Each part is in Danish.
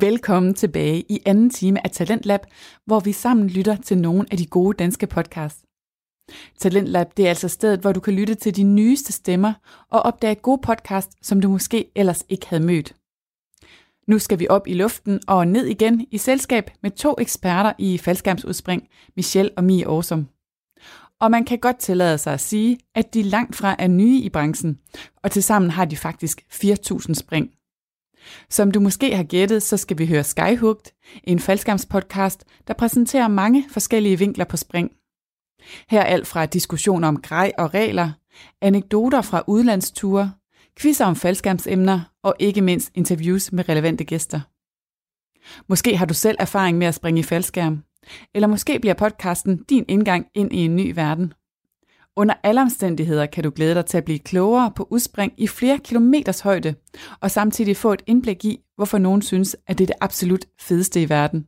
Velkommen tilbage i anden time af Talentlab, hvor vi sammen lytter til nogle af de gode danske podcasts. Talentlab det er altså stedet, hvor du kan lytte til de nyeste stemmer og opdage gode podcasts, som du måske ellers ikke havde mødt. Nu skal vi op i luften og ned igen i selskab med to eksperter i faldskærmsudspring, Michelle og Mie Årsum. Og man kan godt tillade sig at sige, at de langt fra er nye i branchen, og tilsammen har de faktisk 4.000 spring. Som du måske har gættet, så skal vi høre Skyhooked, en faldskærmspodcast, der præsenterer mange forskellige vinkler på spring. Her er alt fra diskussioner om grej og regler, anekdoter fra udlandsture, quizzer om faldskærmsemner og ikke mindst interviews med relevante gæster. Måske har du selv erfaring med at springe i faldskærm, eller måske bliver podcasten din indgang ind i en ny verden. Under alle omstændigheder kan du glæde dig til at blive klogere på udspring i flere kilometers højde, og samtidig få et indblik i, hvorfor nogen synes, at det er det absolut fedeste i verden.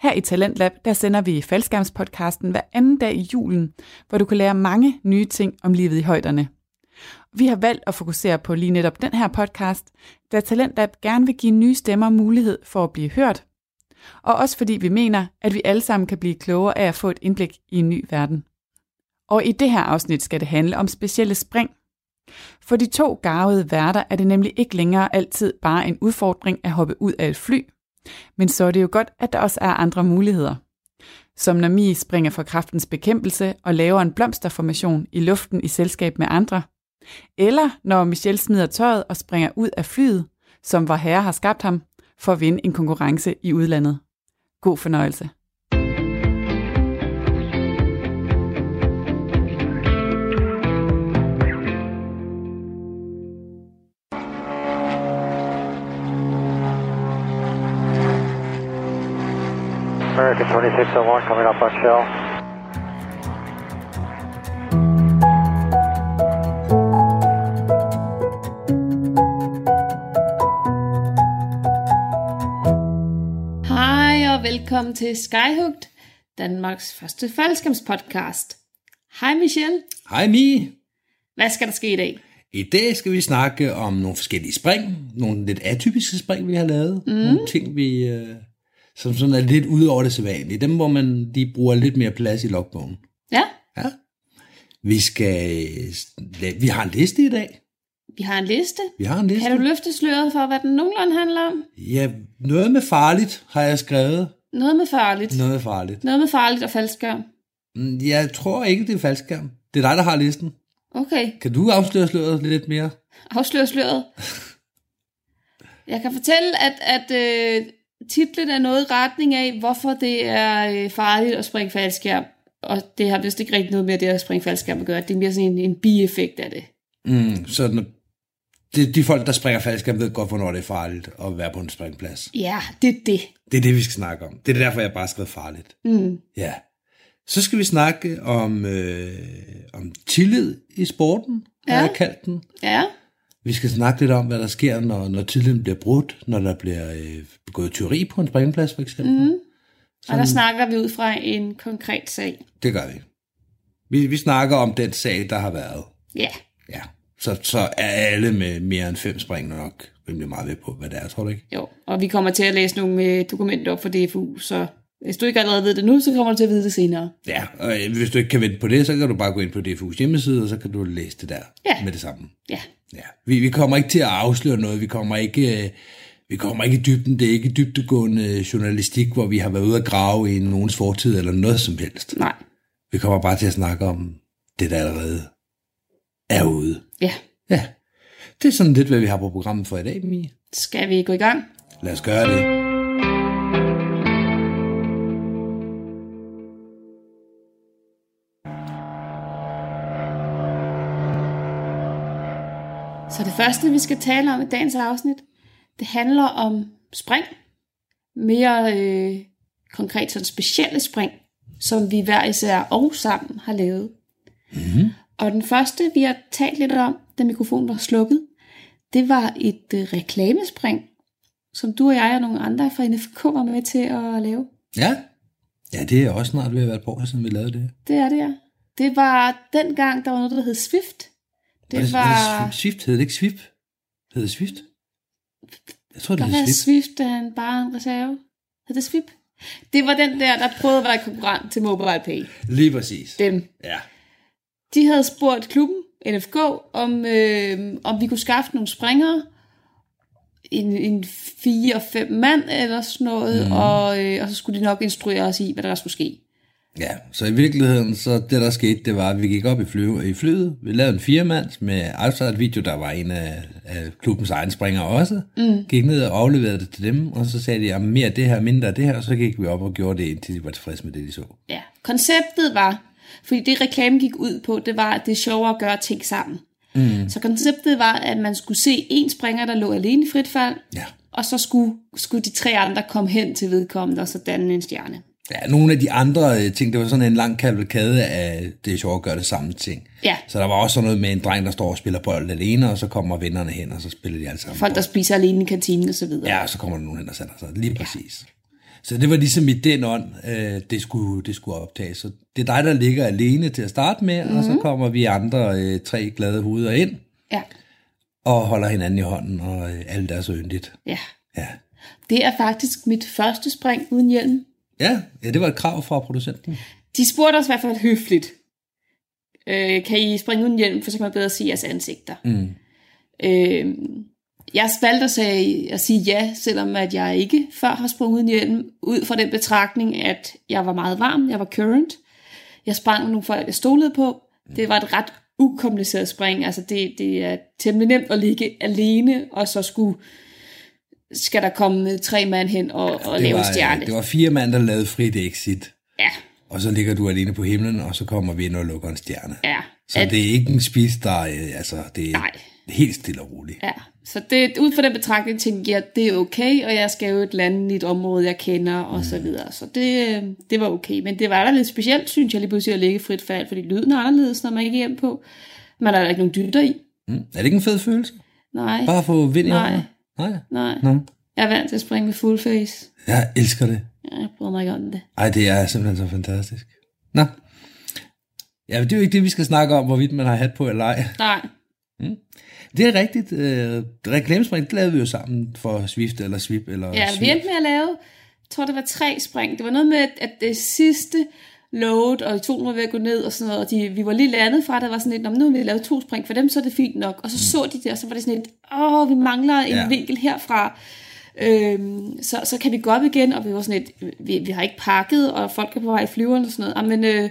Her i Talentlab, der sender vi faldskærmspodcasten hver anden dag i julen, hvor du kan lære mange nye ting om livet i højderne. Vi har valgt at fokusere på lige netop den her podcast, da Talentlab gerne vil give nye stemmer mulighed for at blive hørt, og også fordi vi mener, at vi alle sammen kan blive klogere af at få et indblik i en ny verden. Og i det her afsnit skal det handle om specielle spring. For de to garvede værter er det nemlig ikke længere altid bare en udfordring at hoppe ud af et fly, men så er det jo godt, at der også er andre muligheder. Som når Mie springer fra kraftens bekæmpelse og laver en blomsterformation i luften i selskab med andre. Eller når Michelle smider tøjet og springer ud af flyet, som var herre har skabt ham, for at vinde en konkurrence i udlandet. God fornøjelse. American 2601 coming up on shell. Hej og velkommen til Skyhugt, Danmarks første podcast. Hej Michelle, Hej Mie. hvad skal der ske i dag? I dag skal vi snakke om nogle forskellige spring, nogle lidt atypiske spring, vi har lavet. Mm. Nogle ting, vi, øh, som sådan er lidt ud over det sædvanlige. Dem, hvor man de bruger lidt mere plads i logbogen. Ja, Ja. Vi skal øh, la- vi har en liste i dag. vi har en liste. Vi har en liste. Kan du løfte sløret for, hvad den nogenlunde handler om? Ja, noget med farligt har jeg skrevet. Noget med farligt. Noget med farligt. Noget med farligt og faldskærm. Mm, Jeg tror ikke, det er faldskærm. Det er dig, der har listen. Okay, Kan du afsløre sløret lidt mere? afslør sløret. Jeg kan fortælle, at, at øh, titlen er noget i retning af, hvorfor det er øh, farligt at springe faldskærm. Og det har vist ikke rigtig noget med det at springe faldskærm at gøre. Det er mere sådan en, en bieffekt af det. Mm, så når- det, de folk, der springer faldskærm, ved godt, hvornår det er farligt at være på en springplads. Ja, det er det. Det er det, vi skal snakke om. Det er derfor, jeg bare har skrevet farligt. Mm. Ja. Så skal vi snakke om, øh, om tillid i sporten, ja. Ja. har jeg kaldt den. Ja, Vi skal snakke lidt om, hvad der sker, når, når tilliden bliver brudt, når der bliver øh, begået tyveri på en springplads, for eksempel. Mm. og der snakker vi ud fra en konkret sag. Det gør vi. vi. Vi snakker om den sag, der har været. Ja, Ja. Så, så er alle med mere end fem spring nok rimelig meget ved på, hvad det er, tror du ikke? jo. Og vi kommer til at læse nogle øh, dokumenter op for DFU, så hvis du ikke allerede ved det nu, så kommer du til at vide det senere. Ja, og øh, hvis du ikke kan vente på det, så kan du bare gå ind på DFU's hjemmeside, og så kan du læse det der Ja. med det samme. Ja, Ja. Vi, vi kommer ikke til at afsløre noget, vi kommer ikke... øh, Vi kommer ikke i dybden, det er ikke dybtegående journalistik, hvor vi har været ude at grave i nogens fortid eller noget som helst. nej. Vi kommer bare til at snakke om det, der allerede er ude. Ja, Ja, det er sådan lidt, hvad vi har på programmet for i dag, Mie. skal vi gå i gang? Lad os gøre det. Så det første, vi skal tale om i dagens afsnit, det handler om spring. Mere øh, konkret sådan specielle spring, som vi hver især og sammen har lavet. Mm-hmm. Og den første, vi har talt lidt om, da mikrofonen var slukket, det var et øh, reklamespring, som du og jeg og nogle andre fra NFK var med til at lave. Ja. Ja, det er også snart ved at være et par år siden, vi lavede det. Det er det, ja. Det var dengang, der var noget, der hed Swift. Det Var var... Swift hed det ikke Swift? Hed det Swift? Jeg tror, det Der er var lidt Swift er en, bare en reserve. Hed det Swift? Det var den der, der prøvede at være konkurrent til MobilePay. Lige præcis. Dem. Ja. De havde spurgt klubben, NFK, om, øh, om vi kunne skaffe nogle springere. En, en fire, fem mand eller sådan noget. Mm. Og, øh, og så skulle de nok instruere os i, hvad der skulle ske. Ja, så i virkeligheden, så det der skete, det var, at vi gik op i, flyve, i flyet, vi lavede en firemands med outside video, der var en af, af klubbens egen springer også, mm. gik ned og afleverede det til dem, og så sagde de, at mere af det her, mindre af det her, og så gik vi op og gjorde det, indtil de var tilfredse med det, de så. Ja, konceptet var, fordi det reklame gik ud på, det var, at det er sjovere at gøre ting sammen. Mm. Så konceptet var, at man skulle se en springer, der lå alene i frit fald, Ja. og så skulle, skulle de tre andre komme hen til vedkommende, og så danne en stjerne. Ja, nogle af de andre øh, ting, det var sådan en lang kavalkade af, det er sjovt at gøre det samme ting. Ja. Så der var også sådan noget med en dreng, der står og spiller bold alene, og så kommer vennerne hen, og så spiller de alle sammen Folk, der spiser alene i kantinen osv. Ja, og så kommer der nogen hen og sætter sig. Lige præcis. Så det var ligesom i den ånd, øh, det, skulle, det skulle optages. Så det er dig, der ligger alene til at starte med, mm-hmm. og Mhm. så kommer vi andre øh, tre glade hoveder ind ja. og holder hinanden i hånden, og øh, alt er så yndigt. ja. Ja. Det er faktisk mit første spring uden hjelm. Ja, ja, det var et krav fra Mm. producenten. De spurgte os i hvert fald høfligt. Øh, kan I springe uden hjelm, for så kan man bedre se jeres ansigter. Mm. Øh, jeg valgte at, sige, at sige ja, selvom at jeg ikke før har sprunget uden hjelm, ud fra den betragtning, at jeg var meget varm, jeg var current, jeg sprang med nogle folk, jeg stolede på. Det var et ret ukompliceret spring, altså det, det er temmelig nemt at ligge alene, og så skulle skal der komme tre mand hen og, og Det lave en var, stjerne. øh, det var fire mand, der lavede frit exit, Ja, og så ligger du alene på himlen, og så kommer vi ind og lukker en stjerne. ja. Så at, det er ikke en spis, der øh, altså, det er Nej. helt stille og roligt. Ja, så det, ud fra den betragtning tænkte jeg, at det er okay, og jeg skal jo et land i et område, jeg kender, og så videre. Så det, øh, det var okay. Men det var da lidt specielt, synes jeg lige pludselig, at ligge i frit fald, fordi lyden er anderledes, når man ikke er hjem på. Man er der ikke nogen dylder i. Mm. Er det ikke en fed følelse? Nej, Bare få vind i Nej. hånden? Nej. nej. Nå. Jeg er vant til at springe med full face. Jeg elsker det. Ja, Jeg bryder mig ikke om det. Ej, det er simpelthen så fantastisk. Nå. Ja, men det er jo ikke det, vi skal snakke om, hvorvidt man har hat på eller ej. Nej, Det er rigtigt. Øh, reklamespring, det lavede vi jo sammen for Swift eller Swip eller ja, vi Swift. endte med at lave, jeg tror det var tre spring. Det var noget med, at det sidste lovet, og to var ved at gå ned og sådan noget, og de, vi var lige landet fra, der var sådan lidt, "Nå, men nu har vi lavet to spring, for dem så er det fint nok. Og så så de det, og så var det sådan lidt, åh, vi mangler en Mm. Ja. ja. vinkel herfra. Øhm, så, så kan vi gå op igen, og vi var sådan lidt, vi, vi har ikke pakket, og folk er på vej i flyveren og sådan noget. "Ah, Men øh,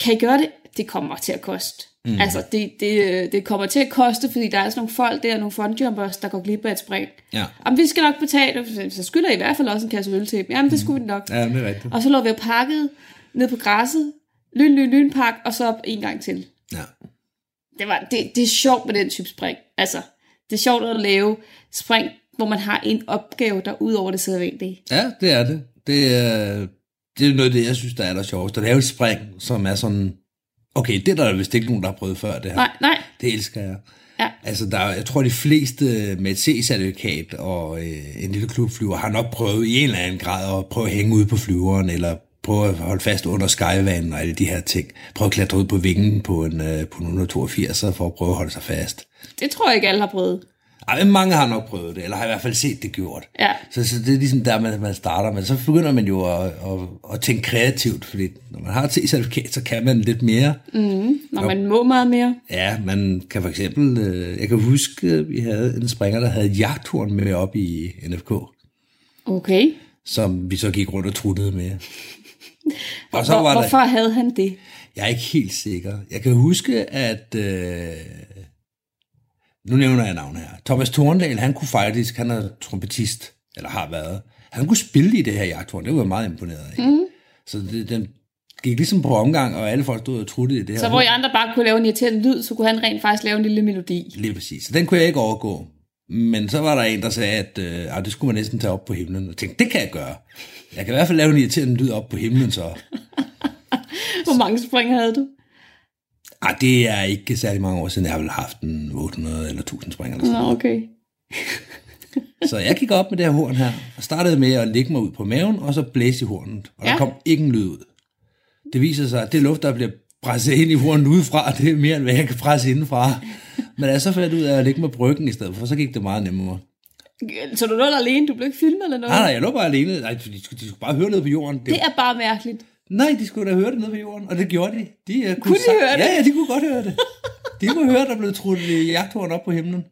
kan I gøre det? Det kommer til at koste. Mm. Altså, det, det, øh, det kommer til at koste, fordi der er sådan nogle folk der, nogle frontjumpers, der går glip af et spring. Ja. Om vi skal nok betale, så skylder I i hvert fald også en kasse øl til dem. Jamen, det skulle vi nok. ja, det er rigtigt. Og så lå vi og pakket ned på græsset, lyn, lyn, lyn, pak, og så op en gang til. Ja. Det, var, det, det er sjovt med den type spring. Altså, det er sjovt at lave spring, hvor man har en opgave, der er ud over det sædvanlige. ja, det er det. Det er, det er noget af det, jeg synes, der er der sjovest. Og det er jo et spring, som er sådan... Okay, det er der vist ikke nogen, der har prøvet før, det her. Nej, nej, Det elsker jeg. Ja. Altså, der, er- jeg tror, de fleste med et C-certifikat og øh, en lille klubflyver har nok prøvet i en eller anden grad at prøve at hænge ude på flyveren, eller prøve at holde fast under skyvanden og alle de her ting. Prøve at klatre ud på vingen på en, øh, på en 182 for at prøve at holde sig fast. det tror jeg ikke, alle har prøvet. Ej, men mange har nok prøvet det, eller har i hvert fald set det gjort. Ja. Så, så det er ligesom der, man, man starter, men så begynder man jo at, at, at tænke kreativt, fordi når man har et C-certifikat, så kan man lidt mere. Når man må meget mere. Ja, man kan for eksempel, øh, jeg kan huske, øh, vi havde en springer, der havde jagthorn med op i NFK, Okay. som vi så gik rundt og truttede med. Og så Hvor, var hvorfor der, havde han det? jeg er ikke helt sikker. Jeg kan huske, at, øh, nu nævner jeg navnet her, Thomas Thorndal, han kunne faktisk, han er trompetist, eller har været, han kunne spille i det her jagthorn, det var jeg meget imponeret af. Mhm. Mm. Så det, den gik ligesom på omgang, og alle folk stod og truttede i det her. Så hvor I andre bare kunne lave en irriterende lyd, så kunne han rent faktisk lave en lille melodi. Lige præcis. Så den kunne jeg ikke overgå. Men så var der en, der sagde, at øh, ah, det skulle man næsten tage op på himlen. Og tænkte, det kan jeg gøre. Jeg kan i hvert fald lave en irriterende lyd op på himlen, så... Hvor mange spring havde du? Ah, det er ikke særlig mange år siden, jeg har vel haft en 800 eller 1000 springer. Eller sådan. Nå, okay. noget. Så jeg gik op med det her horn her, og startede med at lægge mig ud på maven, og så blæse i hornet. Og ja. der Ja. kom ikke en lyd ud. Det viser sig, at det luft, der bliver presset ind i hornet udefra, det er mere, end hvad jeg kan presse indenfra. Men da jeg så fandt ud af at lægge mig på ryggen i stedet for, så gik det meget nemmere. Så du lå der alene, du blev ikke filmet eller noget? Nej, nej, jeg lå bare alene. Nej, de skulle, de skulle bare høre noget på jorden. Det er bare mærkeligt. Nej, de skulle da høre det nede på jorden, og det gjorde de. De uh, kunne, Kunne de sag- høre det? Ja, ja, de kunne godt høre det. De kunne høre, der blev trudt øh, jagthorn op på himlen.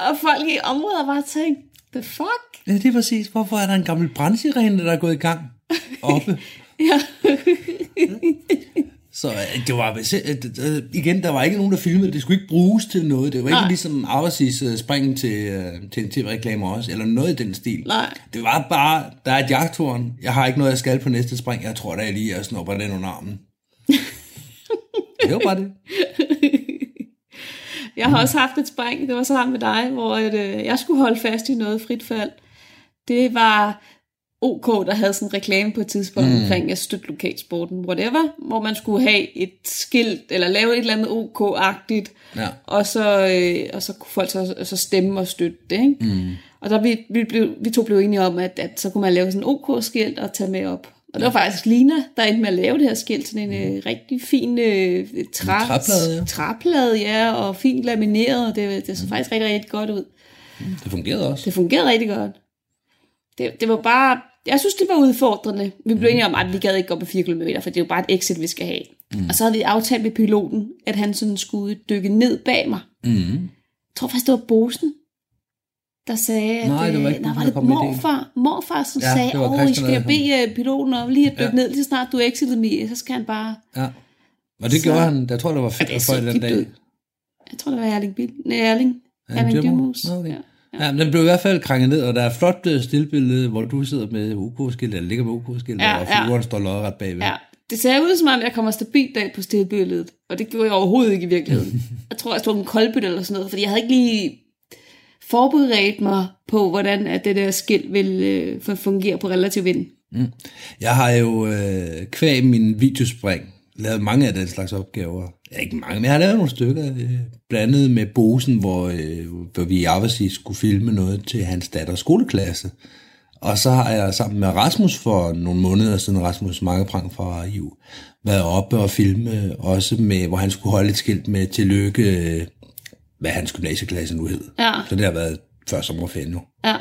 Og folk i områder bare tænkte, the fuck? Ja, det er præcis. Hvorfor er der en gammel brandsirene, der er gået i gang oppe? Ja. Så øh, det var vist- øh, d- øh, igen, der var ikke nogen, der filmede. Det skulle ikke bruges til noget. Det var ikke Nej. ligesom Arbejdsis øh, spring til, øh, til en tv-reklame også, eller noget i den stil. Nej. Det var bare, der er et jagthorn. Jeg har ikke noget, jeg skal på næste spring. Jeg tror da, jeg lige jeg snupper den under armen. det var bare det. Jeg har også haft et spring, det var sammen med dig, hvor at, øh, jeg skulle holde fast i noget frit fald. Det var OK, der havde sådan en reklame på et tidspunkt mm. omkring at støtte lokalsporten, whatever, hvor man skulle have et skilt, eller lave et eller andet OK-agtigt, Ja. og, så, øh, og så kunne folk så, så stemme og støtte det. Ikke? Mm. Og der, vi, vi, blev, vi to blev enige om, at, at så kunne man lave sådan en OK-skilt og tage med op. Og det var faktisk Lina, der endte med at lave det her skilt, sådan en øh, rigtig fin øh, træ, En træplade, ja. Mm. træplade, ja, og fint lamineret, og det, det så faktisk rigtig, rigtig godt ud. Det fungerede også. Det fungerede rigtig godt. Det, det var bare, jeg synes, det var udfordrende. Vi Mm. blev enige om, at vi gad ikke gå på 4 km, for det er jo bare et exit, vi skal have. Mm. Og så havde vi aftalt med piloten, at han sådan skulle dykke ned bag mig. Mm. Jeg tror faktisk, det var Bosen, der sagde, Nej, at, det var øh, ikke nej, Bosen, var der det kom med idéen. morfar, morfar som Ja, ja, sagde, det var åh, I Christian, skal der kom. bede øh, piloten om lige at dykke Ja. ja. ned, lige så snart du er exitet med, så skal han bare, Ja. Og det Så- gjorde han, jeg tror, der var Ja, det er fedt for så den dybt dag. ud. jeg tror, det var Erling Bill, nej, Erling, Erling Dyrmo? Dyrmus. Nå, okay. Ja. Ja, men den blev i hvert fald krænget ned, og der er et flot øh, stillbillede, hvor du sidder med OK-skilt, eller ligger med OK-skilt, Ja, ja, og ja. figuren ja. står lodret bagved. Ja, det ser ud som om, jeg kommer stabilt af på stillbilledet, og det gjorde jeg overhovedet ikke i virkeligheden. jeg tror, jeg stod en koldbøtte eller sådan noget, fordi jeg havde ikke lige forberedt mig på, hvordan at det der skilt vil øh, fun- fungere på relativ vind. Jeg har jo øh, kvæg min videospring lavet mange af den slags opgaver. Ja, Ikke mange, men jeg har lavet nogle stykker. Øh, blandt andet med Bosen, hvor, øh, hvor vi i Avasi skulle filme noget til hans datters skoleklasse. Og så har jeg sammen med Rasmus for nogle måneder siden, Rasmus Markeprang fra IU, været oppe og filme også med, hvor han skulle holde et skilt med tillykke, øh, hvad hans gymnasieklasse nu hed. Ja. Så det har været før sommerferien nu. Ja,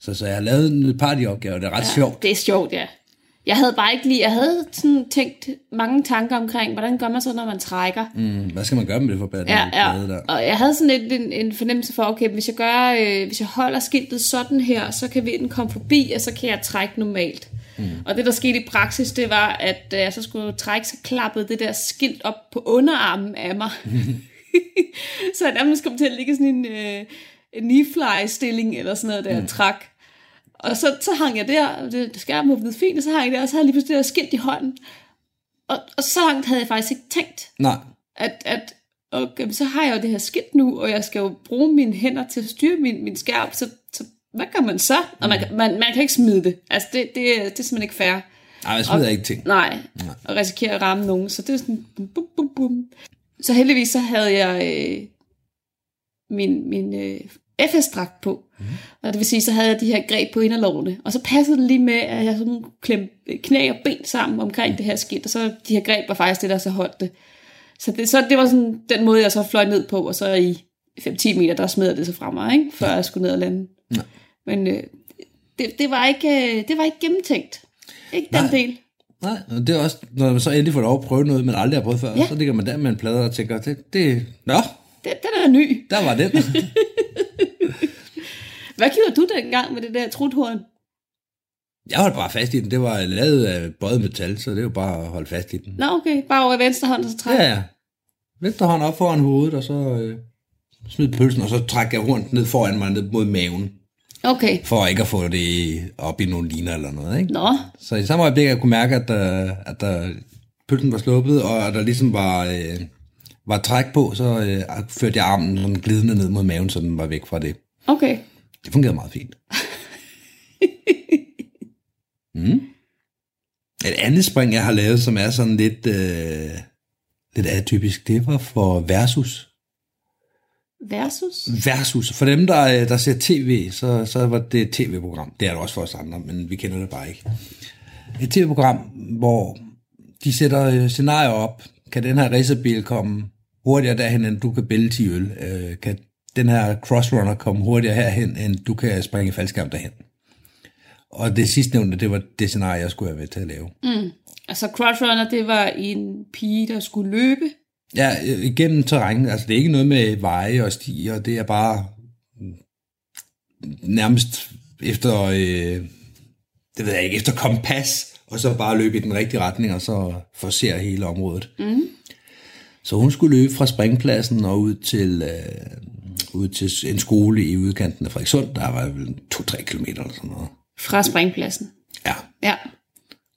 Så, så jeg har lavet et par af de opgaver, det er ret ja. sjovt. det er sjovt, ja. Jeg havde bare ikke lige, jeg havde sådan tænkt mange tanker omkring, hvordan gør man så, når man trækker? Mm, hvad skal man gøre med det forbærende Ja, plade ja. der? Og jeg havde sådan lidt en, en fornemmelse for, okay, hvis jeg, gør, øh, hvis jeg holder skiltet sådan her, så kan vinden komme forbi, og så kan jeg trække normalt. Mm. Og det, der skete i praksis, det var, at da jeg så skulle trække, så klappede det der skilt op på underarmen af mig. så jeg nærmest kom til at ligge i sådan en, øh, en knee-fly-stilling eller sådan noget, der mm. træk. Og så, så hang jeg der, og det, skærmen var blevet fint, og så hang jeg der, og så havde jeg lige pludselig det der skilt i hånden. Og, og så langt havde jeg faktisk ikke tænkt Nej, at, at okay, så har jeg jo det her skidt nu, og jeg skal jo bruge mine hænder til at styre min, min skærm, så, så hvad gør man så? Og man, kan- man, man kan ikke smide det. Altså, det, det, det er simpelthen ikke fair. Ej, jeg smider ikke ting. Nej, og risikere at ramme nogen. Så det er sådan, bum, bum, bum. Så heldigvis så havde jeg øh, min, min øh, FS-dragt på. Mhm. Mm. Og det vil sige, så havde jeg de her greb på inderlovene. Og så passede det lige med, at jeg sådan klemte knæ og ben sammen omkring mm. det her skidt. Og så de her greb var faktisk det, der så holdt det. Så det, så det var sådan den måde, jeg så fløj ned på. Og så i 5-10 meter, der smed jeg det så fra mig, ikke? før jeg skulle ned og lande. Mm. Men øh, det, det, var ikke, øh, det var ikke gennemtænkt. Ikke den Nej. del. Nej, og det er også, når man så endelig får lov at prøve noget, man aldrig har prøvet før, ja. Ja. så ligger man der med en plade og tænker, det, det, nå, Den, den er ny. der var den. Hvad gjorde du dengang med det der truthorn? jeg holdt bare fast i den. Det var lavet af bøjet metal, så det er jo bare at holde fast i den. Nå okay, bare over i venstre hånd, og så træk. Ja, ja. Venstre hånd op foran hovedet, og så øh, smid pølsen, og så trækker jeg rundt ned foran mig, ned mod maven, Okay. for ikke at få det op i nogle liner eller noget, ikke? Nå, Så i samme øjeblik, jeg kunne mærke, at, der, at der, pølsen var sluppet, og at der ligesom var, øh, var træk på, så øh, førte jeg armen sådan glidende ned mod maven, så den var væk fra det. okay. Det fungerede meget fint. Mm. Et andet spring, jeg har lavet, som er sådan lidt, øh, lidt atypisk, det var for Versus. Versus? Versus. For dem, der, øh, der ser tv, så, så var det et tv-program. Det er det også for os andre, men vi kender det bare ikke. Et tv-program, hvor de sætter øh, scenarier op. Kan den her racerbil komme hurtigere derhen, end du kan bælge 10 øl? Øh, Kan den her crossrunner komme hurtigere herhen, end du kan springe i faldskærm derhen. Og det sidstnævnte, det var det scenarie, jeg skulle have været til at lave. Altså crossrunner, det var en pige, der skulle løbe. Ja, øh, igennem terræn. Altså, det er ikke noget med veje og stier. Det er bare mm, nærmest efter, øh, det ved jeg ikke, efter kompas, og så bare løbe i den rigtige retning, og så forsere hele området. Mm. Så hun skulle løbe fra springpladsen og ud til, øh, ud til en skole i udkanten af Frederikssund. Der var vel 2-3 km eller sådan noget. Fra springpladsen. Ja, Ja.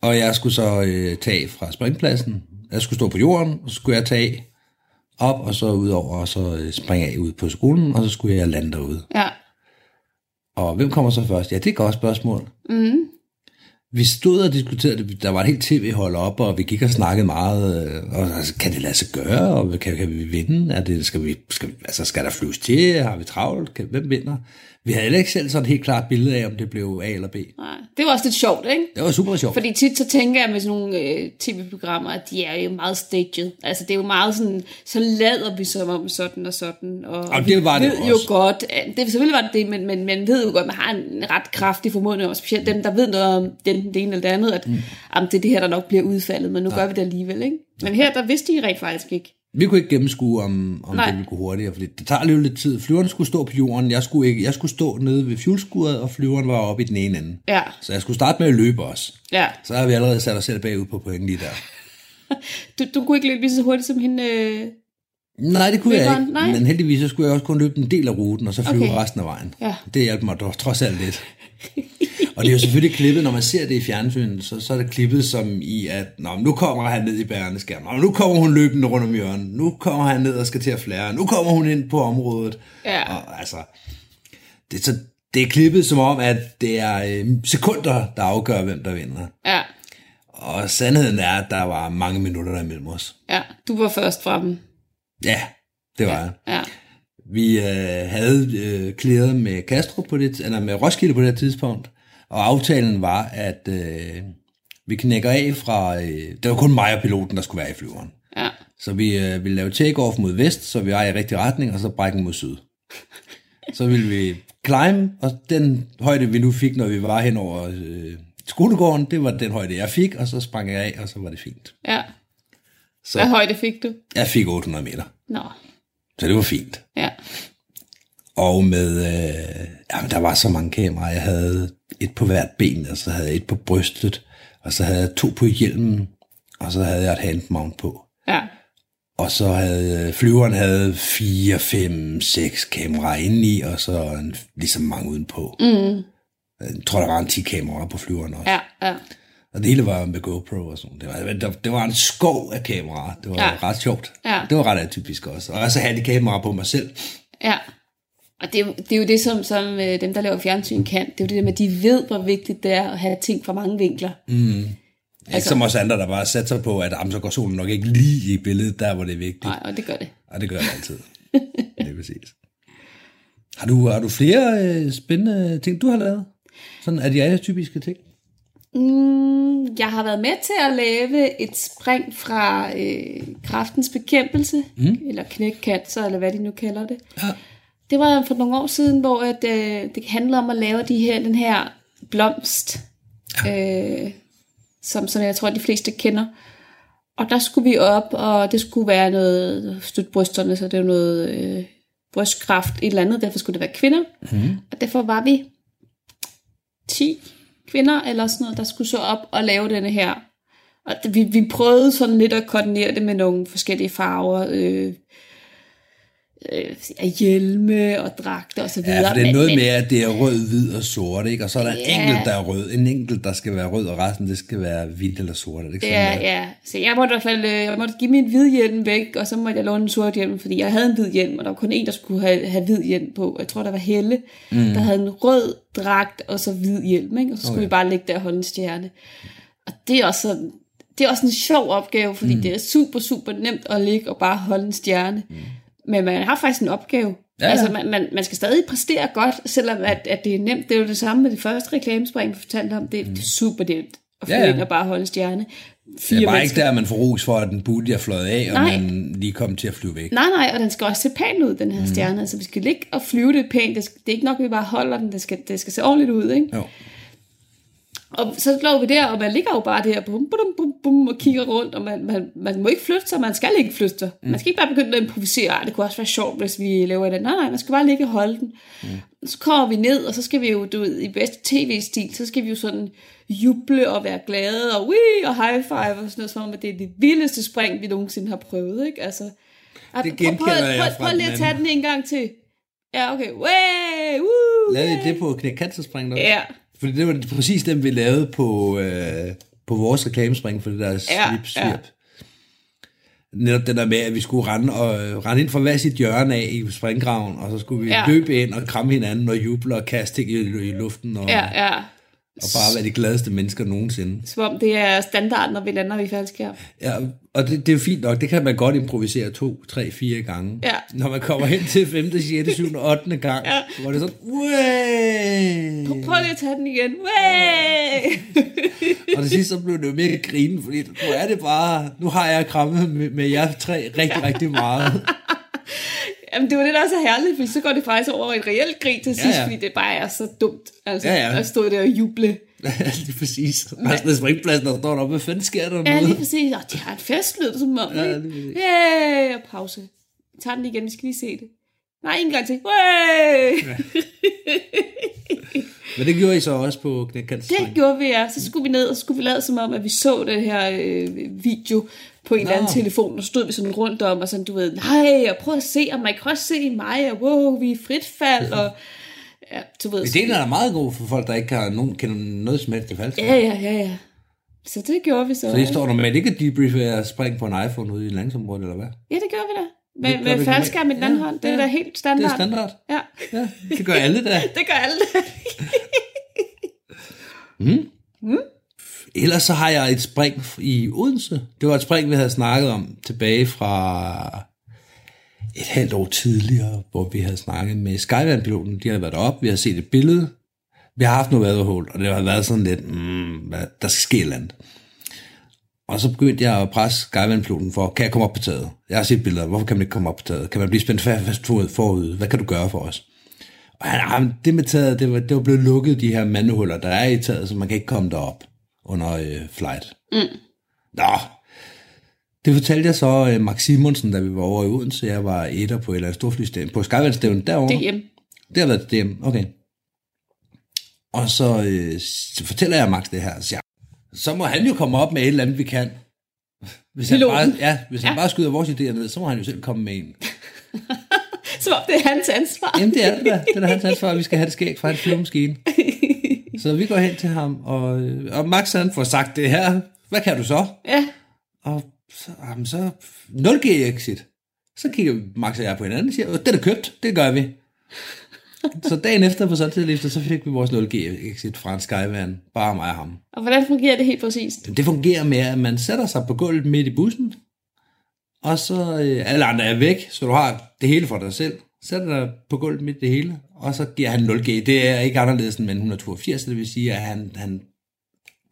og jeg skulle så øh, tage fra springpladsen. Jeg skulle stå på jorden, og så skulle jeg tage op, og så ud over, og så øh, springe af ud på skolen, og så skulle jeg lande derude. Ja. Og hvem kommer så først? Ja, det er et godt spørgsmål. Mm. Vi stod og diskuterede det. Der var et helt tv-hold op, og vi gik og snakkede meget. øh, Og, altså, kan det lade sig gøre? Og kan, kan vi vinde? Er det, skal, vi, skal, vi- altså, skal der flyves til? Har vi travlt? Kan, hvem vinder? Vi havde heller ikke selv sådan et helt klart billede af, om det blev A eller B. Nej. Det var også lidt sjovt, ikke? Det var super sjovt. Fordi tit så tænker jeg med sådan nogle øh, tv-programmer, at de er jo meget staged. Altså det er jo meget sådan, så lader vi som om sådan og sådan. Og, Og det var vi det ved også. jo godt, at- det, selvfølgelig var det det, men, men man ved jo godt, man har en ret kraftig formodning om, specielt dem, der ved noget om den, det ene eller det andet, at mm. jamen, det er det her, der nok bliver udfaldet, men nu ja. gør vi det alligevel. Ikke? Men her, der vidste de rent faktisk ikke. Vi kunne ikke gennemskue, om, om Nej. det ville gå hurtigere, fordi det tager alligevel lidt tid. Flyveren skulle stå på jorden, jeg skulle, ikke, jeg skulle stå nede ved fuelskuret, og flyveren var oppe i den ene ende. Ja, Så jeg skulle starte med at løbe også. ja. Så har vi allerede sat os selv bagud på pointen lige der. Du, du kunne ikke løbe lige så hurtigt som hende. Øh... Nej, det kunne jeg Løberen, ikke, nej. men heldigvis så skulle jeg også kun løbe en del af ruten, og så flyve Okay. okay. resten af vejen. Ja. Det hjalp mig dog, trods alt lidt. og det er jo selvfølgelig klippet, når man ser det i fjernsynet, så, så er det klippet som i, at Nå, men nu kommer han ned i bærendeskærmen, og nu kommer hun løbende rundt om hjørnet, nu kommer han ned og skal til at flære, nu kommer hun ind på området. Ja. Og, altså, det, er så, det er klippet som om, at det er øh, sekunder, der afgør, hvem der vinder. Ja, Og sandheden er, at der var mange minutter der imellem os. ja. Du var først fremme. Ja, det var jeg. Ja. Vi øh, havde øh, klæder med Castro på det, eller med Roskilde på det her tidspunkt, og aftalen var, at øh, vi knækker af fra... Øh, det var kun mig og piloten, der skulle være i flyveren. Ja. Så vi øh, ville lave takeoff mod vest, så vi var i rigtig retning, og så brækken mod syd. Så ville vi climb, og den højde, vi nu fik, når vi var hen over øh, skolegården, det var den højde, jeg fik, og så sprang jeg af, og så var det fint. ja. Så Hvad højde fik du? jeg fik 800 meter, Nå, så det var fint. ja. Og med, øh, jamen, der var så mange kameraer. Jeg havde et på hvert ben, og så havde jeg et på brystet, og så havde jeg to på hjelmen, og så havde jeg et handmount på. Ja, Og så havde øh, flyveren havde fire, fem, seks kameraer inde i, og så en, ligesom mange udenpå. Mm. Jeg tror, der var en 10 kameraer på flyveren også. ja, ja. Og det hele var med GoPro og sådan. Det var, det, det var en skov af kameraer. Det var Ja. ja. ret sjovt. Ja. Det var ret atypisk også. Og så havde de kameraer på mig selv. Ja. Og det er, jo, det er jo det, som, som øh, dem, der laver fjernsyn, kan. Det er jo det der med, at de ved, hvor vigtigt det er at have ting fra mange vinkler. Altså, ikke som os andre, der bare satser på, at jamen, så går solen nok ikke lige i billedet, der hvor det er vigtigt. Nej, og det gør det. Og det gør det altid. det er præcis. Har du, har du flere øh, spændende ting, du har lavet? Sådan er de alle typiske ting. Mm, jeg har været med til at lave et spring fra øh, kraftens bekæmpelse, mm. eller knækkancer, eller hvad de nu kalder det. Ja. Det var for nogle år siden, hvor at, øh, det handlede om at lave de her, den her blomst, øh, som, som jeg tror, de fleste kender. Og der skulle vi op, og det skulle være noget støt brysterne, så det var noget øh, brystkræft, et eller andet. Derfor skulle det være kvinder. Mhm. Mm. Og derfor var vi 10 kvinder eller sådan noget, der skulle så op og lave denne her. Og det- vi, vi prøvede sådan lidt at koordinere det med nogle forskellige farver. Øh, øh, af hjelme og dragter og så videre. Ja, for det er Men- noget men- med, at det er rød, hvid og sort, ikke? Og så er der en Ja. enkelt, der er rød. En enkelt, der skal være rød, og resten, det skal være hvidt eller sort. Er det ikke Ja, sådan, det er? ja. Så jeg måtte i hvert fald øh, jeg måtte give min hvide hjelm væk, og så måtte jeg låne en sort hjelm, fordi jeg havde en hvid hjelm, og der var kun en, der skulle have, have hvid hjelm på. Jeg tror, der var Helle, mm. der havde en rød dragt og så hvid hjelm, ikke? og så skulle okay. vi bare ligge der og holde en stjerne. Og det er også, sådan- det er også en sjov opgave, fordi mm. det er super, super nemt at ligge og bare holde en stjerne. Mm. Men man har faktisk en opgave. Ja, ja. Altså, man, man, man skal stadig præstere godt, selvom at, at det er nemt. Det er jo det samme med det første reklamespring, vi fortalte om. Det er mm. super nemt at flyve Ja, ja. ind og bare holde en stjerne. fire Det var ikke mennesker. der, man får ros for, at den burde jeg fløjet af, og Nej. man lige kom til at flyve væk. Nej, nej, og den skal også se pænt ud, den her mm. stjerne. Altså, vi skal ligge og flyve det pænt. Det, skal, det er ikke nok, at vi bare holder den. Det skal, det skal se ordentligt ud, ikke? Jo. Og så lå vi der, og man ligger jo bare der bum, bum, bum, bum, og kigger rundt, og man, man, man må ikke flytte sig, man skal ikke flytte sig. Mm. Man skal ikke bare begynde at improvisere, "Ej, det kunne også være sjovt, hvis vi laver det. Nej, nej, man skal bare ligge og holde den. Mm. Så kommer vi ned, og så skal vi jo, du ved, i bedste tv-stil, så skal vi jo sådan juble og være glade, og wii, og high five, og sådan noget, som om, at det er det vildeste spring, vi nogensinde har prøvet, ikke? Altså, ej, prøv- Det prøv- genkender jeg prøv- fra Prøv lige den at tage anden. den en gang til. Ja, okay, way, woo, Lavede I det på Knæk Cancer-spring også? Ja. Fordi det var præcis den, vi lavede på, øh, på vores reklamespring for det der slip ja. ja. Netop den der med, at vi skulle rende, og, øh, rende ind fra hver sit hjørne af i springgraven, og så skulle vi Ja. ja. løbe ind og kramme hinanden og juble og kaste ting i, i luften og, ja, ja. ja. og bare være de gladeste mennesker nogensinde. Som om det er standard, når vi lander i faldskærm. Ja, og det, det er jo fint nok, det kan man godt improvisere to, tre, fire gange. Ja. Når man kommer hen til 5., 6., 7., 8. gang, Ja. ja. hvor det er sådan, Way! Prøv, prøv lige at tage den igen. Way! Og til sidst så blev det jo mega grinen, fordi nu er det bare, nu har jeg krammet med, med jer tre rigtig, rigtig meget. Jamen, det var det, der også er herligt, fordi så går det faktisk over i et reelt grin til sidst, ja, ja. ja. fordi det bare er så dumt. Altså, Ja, ja. at stå der og juble. lige præcis. Resten af springpladsen, der står der, hvad fanden sker der Ja, lige nu? præcis. Og de har en festlyd, som om. Ja, Ja, lige præcis. yeah, og pause. Vi tager den igen, vi skal lige se det. Nej, en gang til. Way! Ja. Men det gjorde I så også på Knækkans Det gjorde vi, ja. Så skulle vi ned, og så skulle vi lade som om, at vi så den her øh, video på en eller anden Nå. telefon, og stod vi sådan rundt om, og sådan, du ved, nej, og prøv at se, og man kan også se mig, og wow, vi er i frit fald, og ja, du ved. Det er da meget god for folk, der ikke har nogen, kender noget som helst til falsk. Ja, ja, ja, ja. Så det gjorde vi så. Så I står normalt ikke at debriefe at springe på en iPhone ude i landsområdet, eller hvad? Ja, det gjorde vi da. Det Med, gør med vi faldskærm i den normalt. anden Ja, hånd, det er ja. da helt Det standard. er standard. Ja, Ja, det gør alle da. det gør alle. Ellers så har jeg et spring i Odense. Det var et spring, vi havde snakket om tilbage fra et halvt år tidligere, hvor vi havde snakket med Skyvand-piloten. De havde været deroppe, vi havde set et billede. Vi har haft noget vaderhul, og det har været sådan lidt, mm, hvad, der skal ske et eller andet. Og så begyndte jeg at presse Skyvand-piloten for, kan jeg komme op på taget? Jeg har set billeder, hvorfor kan man ikke komme op på taget? Kan man blive spændt fast forud- forud? Hvad kan du gøre for os? Og han, ah, men det med taget, det var, det var blevet lukket, de her mandehuller, der er i taget, så man kan ikke komme derop under øh, flight. Mm. Nå, det fortalte jeg så øh, Max Simonsen, da vi var over i Odense. Jeg var etter på et eller andet storflystævn, på Skyvandstævn derovre. DM. Det har været DM, okay. Og så, øh, så fortæller jeg Max det her, så, jeg, så må han jo komme op med et eller andet, vi kan. Hvis han, Piloten. bare, ja, hvis han bare skyder vores idéer ned, så må han jo selv komme med en. Som om det er hans ansvar. Jamen det er det da. Det er da hans ansvar, at vi skal have det skæg fra hans flyvemaskine. Så vi går hen til ham, og, øh, og Max han får sagt det her. Hvad kan du så? Ja, Og så, jamen, så 0 G exit. Så kigger Max og jeg på hinanden og siger, "Åh, den er købt, det gør vi. så dagen efter på samtidig så fik vi vores 0 G exit fra en Skyvan, bare mig og ham. og hvordan fungerer det helt præcist? Jamen, Det fungerer med, at man sætter sig på gulvet midt i bussen, og så øh, alle andre er væk, så du har det hele for dig selv. Sætter dig på gulvet midt i det hele, og så giver han 0G. Det er ikke anderledes end med en 182, det vil sige, at han, han,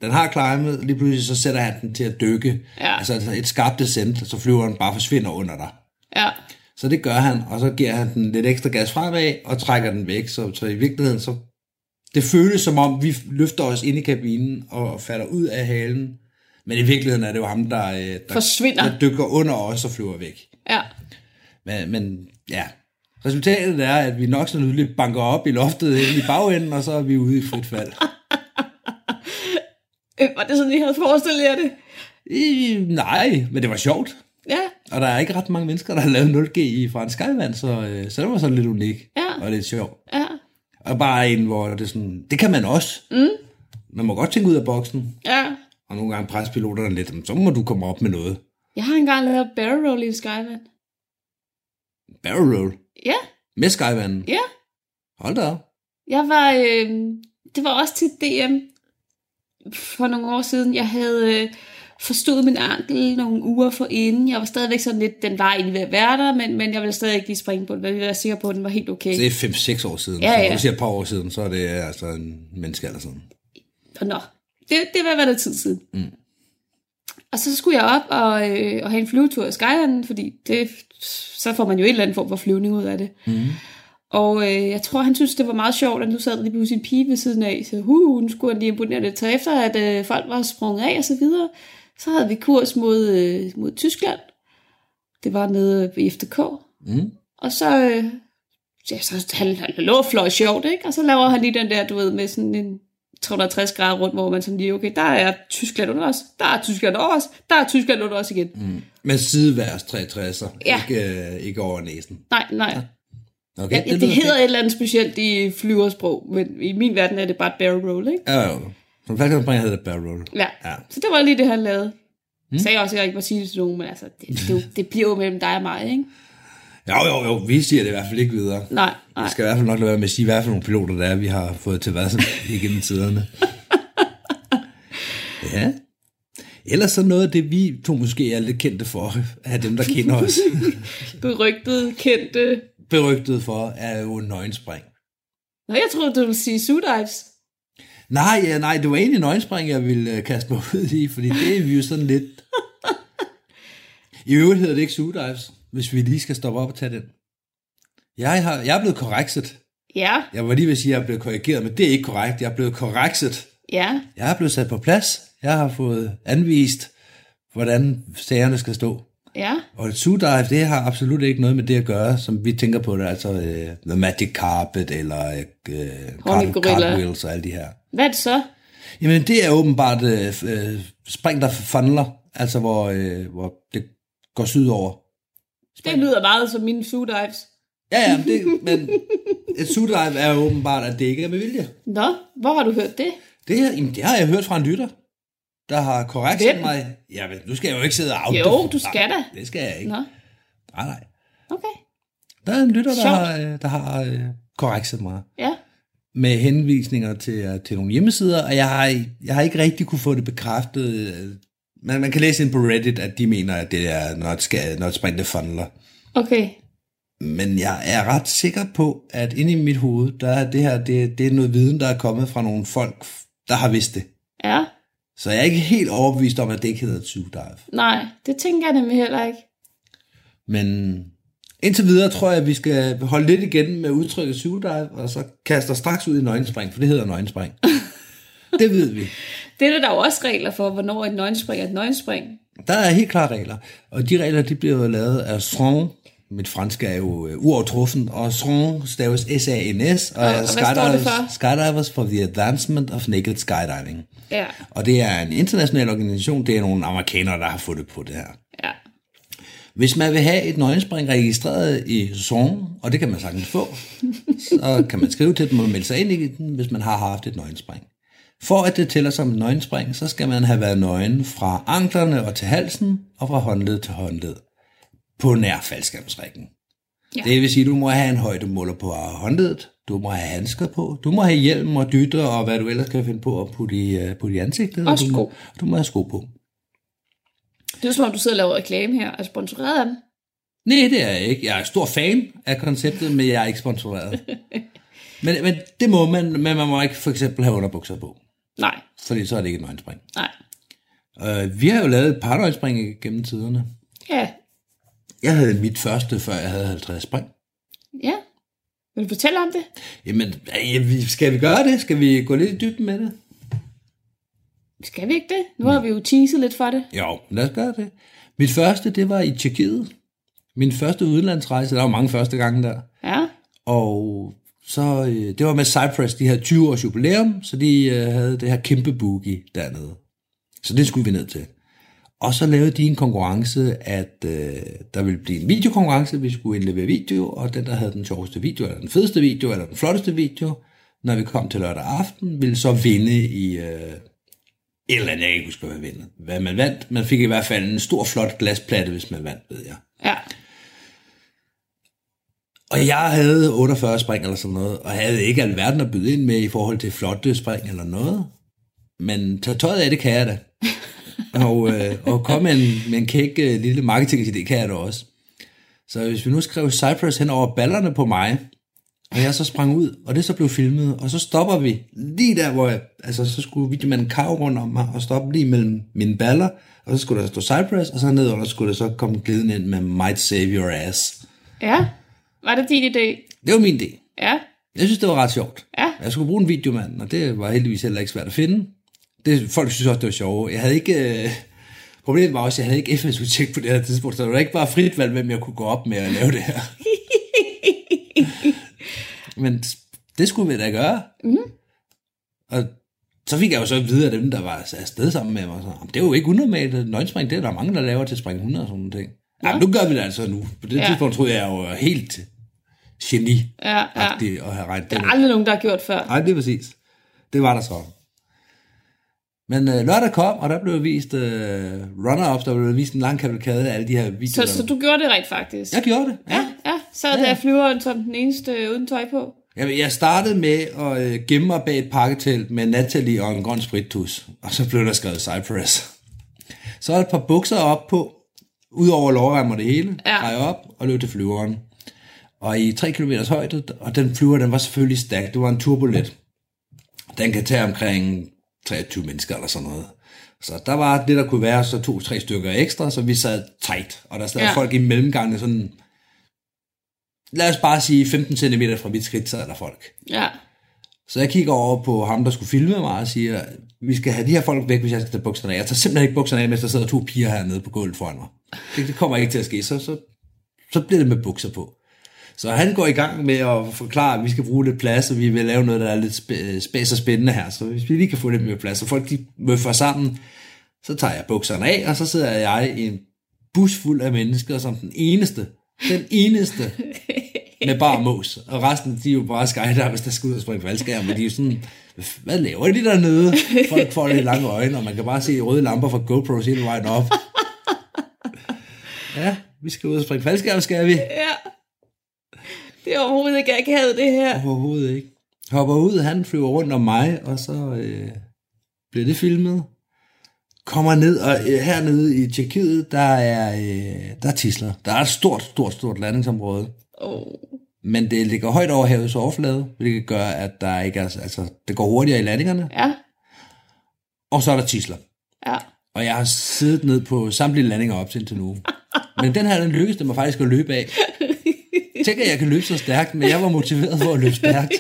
den har climbet, og lige pludselig så sætter han den til at dykke. Ja. Altså altså et skarpt descent, og så flyver den bare forsvinder under dig. Ja, Så det gør han, og så giver han den lidt ekstra gas fremad, og trækker den væk. Så, så i virkeligheden, så det føles som om, vi løfter os ind i kabinen og falder ud af halen. Men i virkeligheden er det jo ham, der, øh, der, Forsvinder. der dykker under os og flyver væk. ja. Men, men ja, resultatet er, at vi nok så nydeligt banker op i loftet i bagenden, og så er vi ude i frit fald. Øh, var det sådan, I havde forestillet jer det? Øh, nej, men det var sjovt. Ja, Og der er ikke ret mange mennesker, der har lavet 0G i fra en skyvand, så, øh, så det var sådan lidt unik Ja. og lidt sjovt. ja, Og bare en, hvor det er sådan, det kan man også. Mm. Man må godt tænke ud af boksen. ja. Og nogle gange presse piloterne lidt, "Men så må du komme op med noget. Jeg har engang lavet barrel roll i en skyvand. Barrel roll. Ja, Med skyvanden. ja. Hold da op. Jeg var, øh, det var også til DM for nogle år siden. Jeg havde øh, forstået min ankel nogle uger forinden. Jeg var stadigvæk sådan lidt, den var egentlig ved at være der, men, men jeg ville stadig ikke lige springe på den. Jeg ville være sikker på, at den var helt okay. Så det er 5-6 år siden. Ja, så når ja. du siger et par år siden, så er det altså en menneskealder siden. Og nå, det, det var været noget tid siden. Mm. Og så skulle jeg op og, øh, og have en flyvetur i Skylanden, fordi det, så får man jo en eller anden form for flyvning ud af det. Mm. Og øh, jeg tror, han synes, det var meget sjovt, at nu sad der lige pludselig en pige ved siden af, så huh, nu skulle han lige imponere lidt. Så efter, at øh, folk var sprunget af og så videre, så havde vi kurs mod, øh, mod Tyskland. Det var nede i FDK. Mm. Og så, øh, ja, så han, han lå og fløj sjovt, ikke? Og så laver han lige den der, du ved, med sådan en 360 grader rundt, hvor man sådan lige, okay, der er Tyskland under os, der er Tyskland over os, der er Tyskland under os igen. Mm. Med sideværs 63'er, Ja. ikke, øh, ikke over næsen. Nej, nej. Okay, Ja, det, det lyder hedder et eller andet specielt i flyversprog, men i min verden er det bare et barrel roll, ikke? Ja, jo. Som faktisk også hedder det barrel roll. Ja. Ja. ja. Så det var lige det, han lavede. Mm. Sagde også, at jeg ikke må sige det til nogen, men altså, det, det, er jo- det bliver jo mellem dig og mig, ikke? Jo, jo, jo, vi siger det i hvert fald ikke videre. Nej, nej. Jeg skal i hvert fald nok lade være med at sige, hvad for nogle piloter der er, vi har fået til hvad igennem tiderne. Ja. Ellers så noget af det, vi to måske er lidt kendte for, af dem, der kender os, Berygtet, kendte... berygtet for, er jo nøgenspring. Nå, jeg troede, du ville sige sudives. Nej, ja, nej, det var egentlig nøgenspring, jeg ville øh, kaste mig ud i, fordi det er vi jo sådan lidt... I øvrigt hedder det ikke sugedives, hvis vi lige skal stoppe op og tage den. Jeg, har, jeg er blevet korrekset. Ja, Jeg var lige ved at sige, at jeg er blevet korrigeret, men det er ikke korrekt. Jeg er blevet korrekset. ja. Jeg er blevet sat på plads. Jeg har fået anvist, hvordan sagerne skal stå. Ja, Og et sugedive, det har absolut ikke noget med det at gøre, som vi tænker på det, altså øh, The Magic Carpet, eller øh, Horny cart- gorilla. Cartwheels og alle de her. hvad er det så? Jamen, det er åbenbart øh, f- øh, spring, der fandler, altså hvor, øh, hvor det går sydover. Det lyder meget som mine sudives. Ja, ja, men, det, men et sugedive er åbenbart, at det ikke er med vilje. Nå, hvor har du hørt det? Det, her, jamen, det har jeg hørt fra en lytter, der har korrekt Hvem? mig. Ja, men nu skal jeg jo ikke sidde og afdømme. Jo, du skal da. Det skal jeg ikke. Nå, Nej, nej. okay. Der er en lytter, der Sjovt. har, øh, der har øh, korrekset mig Ja, med henvisninger til, øh, til nogle hjemmesider, og jeg har, jeg har ikke rigtig kunne få det bekræftet. øh. Man, man kan læse ind på Reddit, at de mener, at det er not, skal, not spring, det fondler. okay. Men jeg er ret sikker på, at inde i mit hoved, der er det her, det, det er noget viden, der er kommet fra nogle folk, der har vidst det. Ja, Så jeg er ikke helt overbevist om, at det ikke hedder et sugedive. nej, det tænker jeg nemlig heller ikke. Men indtil videre tror jeg, at vi skal holde lidt igen med udtrykket sugedive, og så kaster straks ud i nøgenspring, for det hedder nøgenspring. det ved vi. Det er der jo også regler for, hvornår et nøgenspring er et nøgenspring. Der er helt klare regler, og de regler de bliver jo lavet af Sron. Mit franske er jo øh, uovertruffen, og Sron staves S-A-N-S, og, og er hvad står det for? skydivers, skydivers for the Advancement of Naked Skydiving. Ja, Og det er en international organisation, det er nogle amerikanere, der har fundet på det her. ja. Hvis man vil have et nøgenspring registreret i Song, og det kan man sagtens få, så kan man skrive til dem og melde sig ind i den, hvis man har haft et nøgenspring. For at det tæller som et nøgenspring, så skal man have været nøgen fra anklerne og til halsen, og fra håndled til håndled, på nær faldskærmsrækken. Ja. Ja. Det vil sige, at du må have en højdemåler på håndledet, du må have handsker på, du må have hjelm og dytter og hvad du ellers kan finde på at putte i, øh, putte i ansigtet. Og du sko. Må, du må have sko på. Det er jo som om, du sidder og laver reklame her og er sponsoreret af dem. Nej, det er jeg ikke. Jeg er stor fan af konceptet, men jeg er ikke sponsoreret. men, men det må man, men man må ikke for eksempel have underbukser på, Nej, fordi så er det ikke et nøgenspring. nej. Øh, vi har jo lavet et par nøgenspring gennem tiderne. Ja, Jeg havde mit første, før jeg havde 50 spring. ja. Vil du fortælle om det? Jamen, øh, vi- skal vi gøre det? Skal vi gå lidt i dybden med det? Skal vi ikke det? Nu har vi jo teaset lidt for det. Jo, lad os gøre det. Mit første, det var i Tjekkiet. Min første udenlandsrejse, der var mange første gange der. Ja, Og så, øh, det var med Cypress, de havde 20 års jubilæum, så de øh, havde det her kæmpe boogie dernede. Så det skulle vi ned til. Og så lavede de en konkurrence, at øh, der ville blive en videokonkurrence, vi skulle indlevere video, og den, der havde den sjoveste video, eller den fedeste video, eller den flotteste video, når vi kom til lørdag aften, ville så vinde i øh, et eller andet, jeg kan ikke husker, hvad, vinde, hvad man vandt. Man fik i hvert fald en stor, flot glasplade, hvis man vandt, ved jeg. ja, Og jeg havde 48 spring eller sådan noget, og havde ikke alverden at byde ind med i forhold til flotte spring eller noget. Men tage tøjet af, det kan jeg da. og, øh, og komme med en, med en kæk øh, lille marketing det kan jeg da også. Så hvis vi nu skrev Cypress hen over ballerne på mig, Og jeg så sprang ud, og det så blev filmet, og så stopper vi lige der, hvor jeg, altså, så skulle videomanden kave rundt om mig, og stoppe lige mellem mine baller, og så skulle der stå side press, og så ned under skulle der så komme gliden ind med might save your ass. Ja. Var det din idé? Det var min idé. Ja. Jeg synes, det var ret sjovt. Ja. Jeg skulle bruge en videomand, og det var heldigvis heller ikke svært at finde. Det, folk synes også, det var sjovt. Jeg havde ikke... Øh, problemet var også, at jeg havde ikke FS udtjek på det her tidspunkt, så det var ikke bare frit valg, hvem jeg kunne gå op med at lave det her. Men det skulle vi da gøre. Mhm. Mm. Og så fik jeg jo så videre dem, der var afsted sammen med mig. Så, "Jamen, det er jo ikke unormalt. at Nøgenspring, det er der mange, der laver til spring 100 og sådan nogle ting. Ja. Jamen, nu gør vi det altså nu. På det Ja. ja. tidspunkt troede jeg jo jeg var helt geni Ja, ja. ja. at have regnet Der den er aldrig nogen, der har gjort før. Nej, det er præcis. Det var der så. Men øh, lørdag kom, og der blev vist øh, runner-ups, der blev vist en lang kavalkade af alle de her Så, videoer. så du gjorde det rent faktisk? Jeg gjorde det, ja. Ja, ja. Så er Ja, der ja. flyveren som den eneste øh, uden tøj på. Jeg, jeg startede med at øh, gemme mig bag et pakketelt med Natalie og en grøn spritus, og så blev der skrevet Cypress. Så er der et par bukser op på, udover lovrem og det hele, Ja. ja. op og løb til flyveren. Og i 3 km højde, og den flyver, den var selvfølgelig stærk, det var en turbolet. Den kan tage omkring 23 mennesker eller sådan noget. Så der var det, der kunne være så to-tre stykker ekstra, så vi sad tight, og der sad Ja. ja. folk i mellemgangene sådan, lad os bare sige 15 cm fra mit skridt sad der folk. Ja. Så jeg kigger over på ham, der skulle filme mig, og siger, vi skal have de her folk væk, hvis jeg skal tage bukserne af. Jeg tager simpelthen ikke bukserne af, mens der sidder to piger hernede på gulvet foran mig. Det, det kommer ikke til at ske, så, så, så bliver det med bukser på. Så han går i gang med at forklare, at vi skal bruge lidt plads, og vi vil lave noget, der er lidt spæ- spæs og spændende her. Så hvis vi lige kan få lidt mere plads, og folk de møffer sammen, så tager jeg bukserne af, og så sidder jeg i en bus fuld af mennesker som den eneste, den eneste med bare mås. Og resten, de er jo bare skyder, hvis der skal ud og springe faldskærm, og de er jo sådan, hvad laver de dernede? Folk får lidt lange øjne, og man kan bare se røde lamper fra GoPros hele vejen op. Ja, vi skal ud og springe faldskærm, skal vi? Ja. Det er overhovedet ikke akavet, det her. Overhovedet ikke. Hopper ud, han flyver rundt om mig, og så øh, bliver det filmet. Kommer ned, og øh, hernede i Tjekkiet, der er, øh, der er tisler. Der er et stort, stort, stort landingsområde. Oh. Men det ligger højt over havets overflade, hvilket gør, at der ikke er, altså, det går hurtigere i landingerne. Ja. Og så er der tisler. Ja. Og jeg har siddet ned på samtlige landinger op til indtil nu. Men den her, den lykkedes det mig faktisk at løbe af. Tænk, at jeg kan løbe så stærkt, men jeg var motiveret for at løbe stærkt.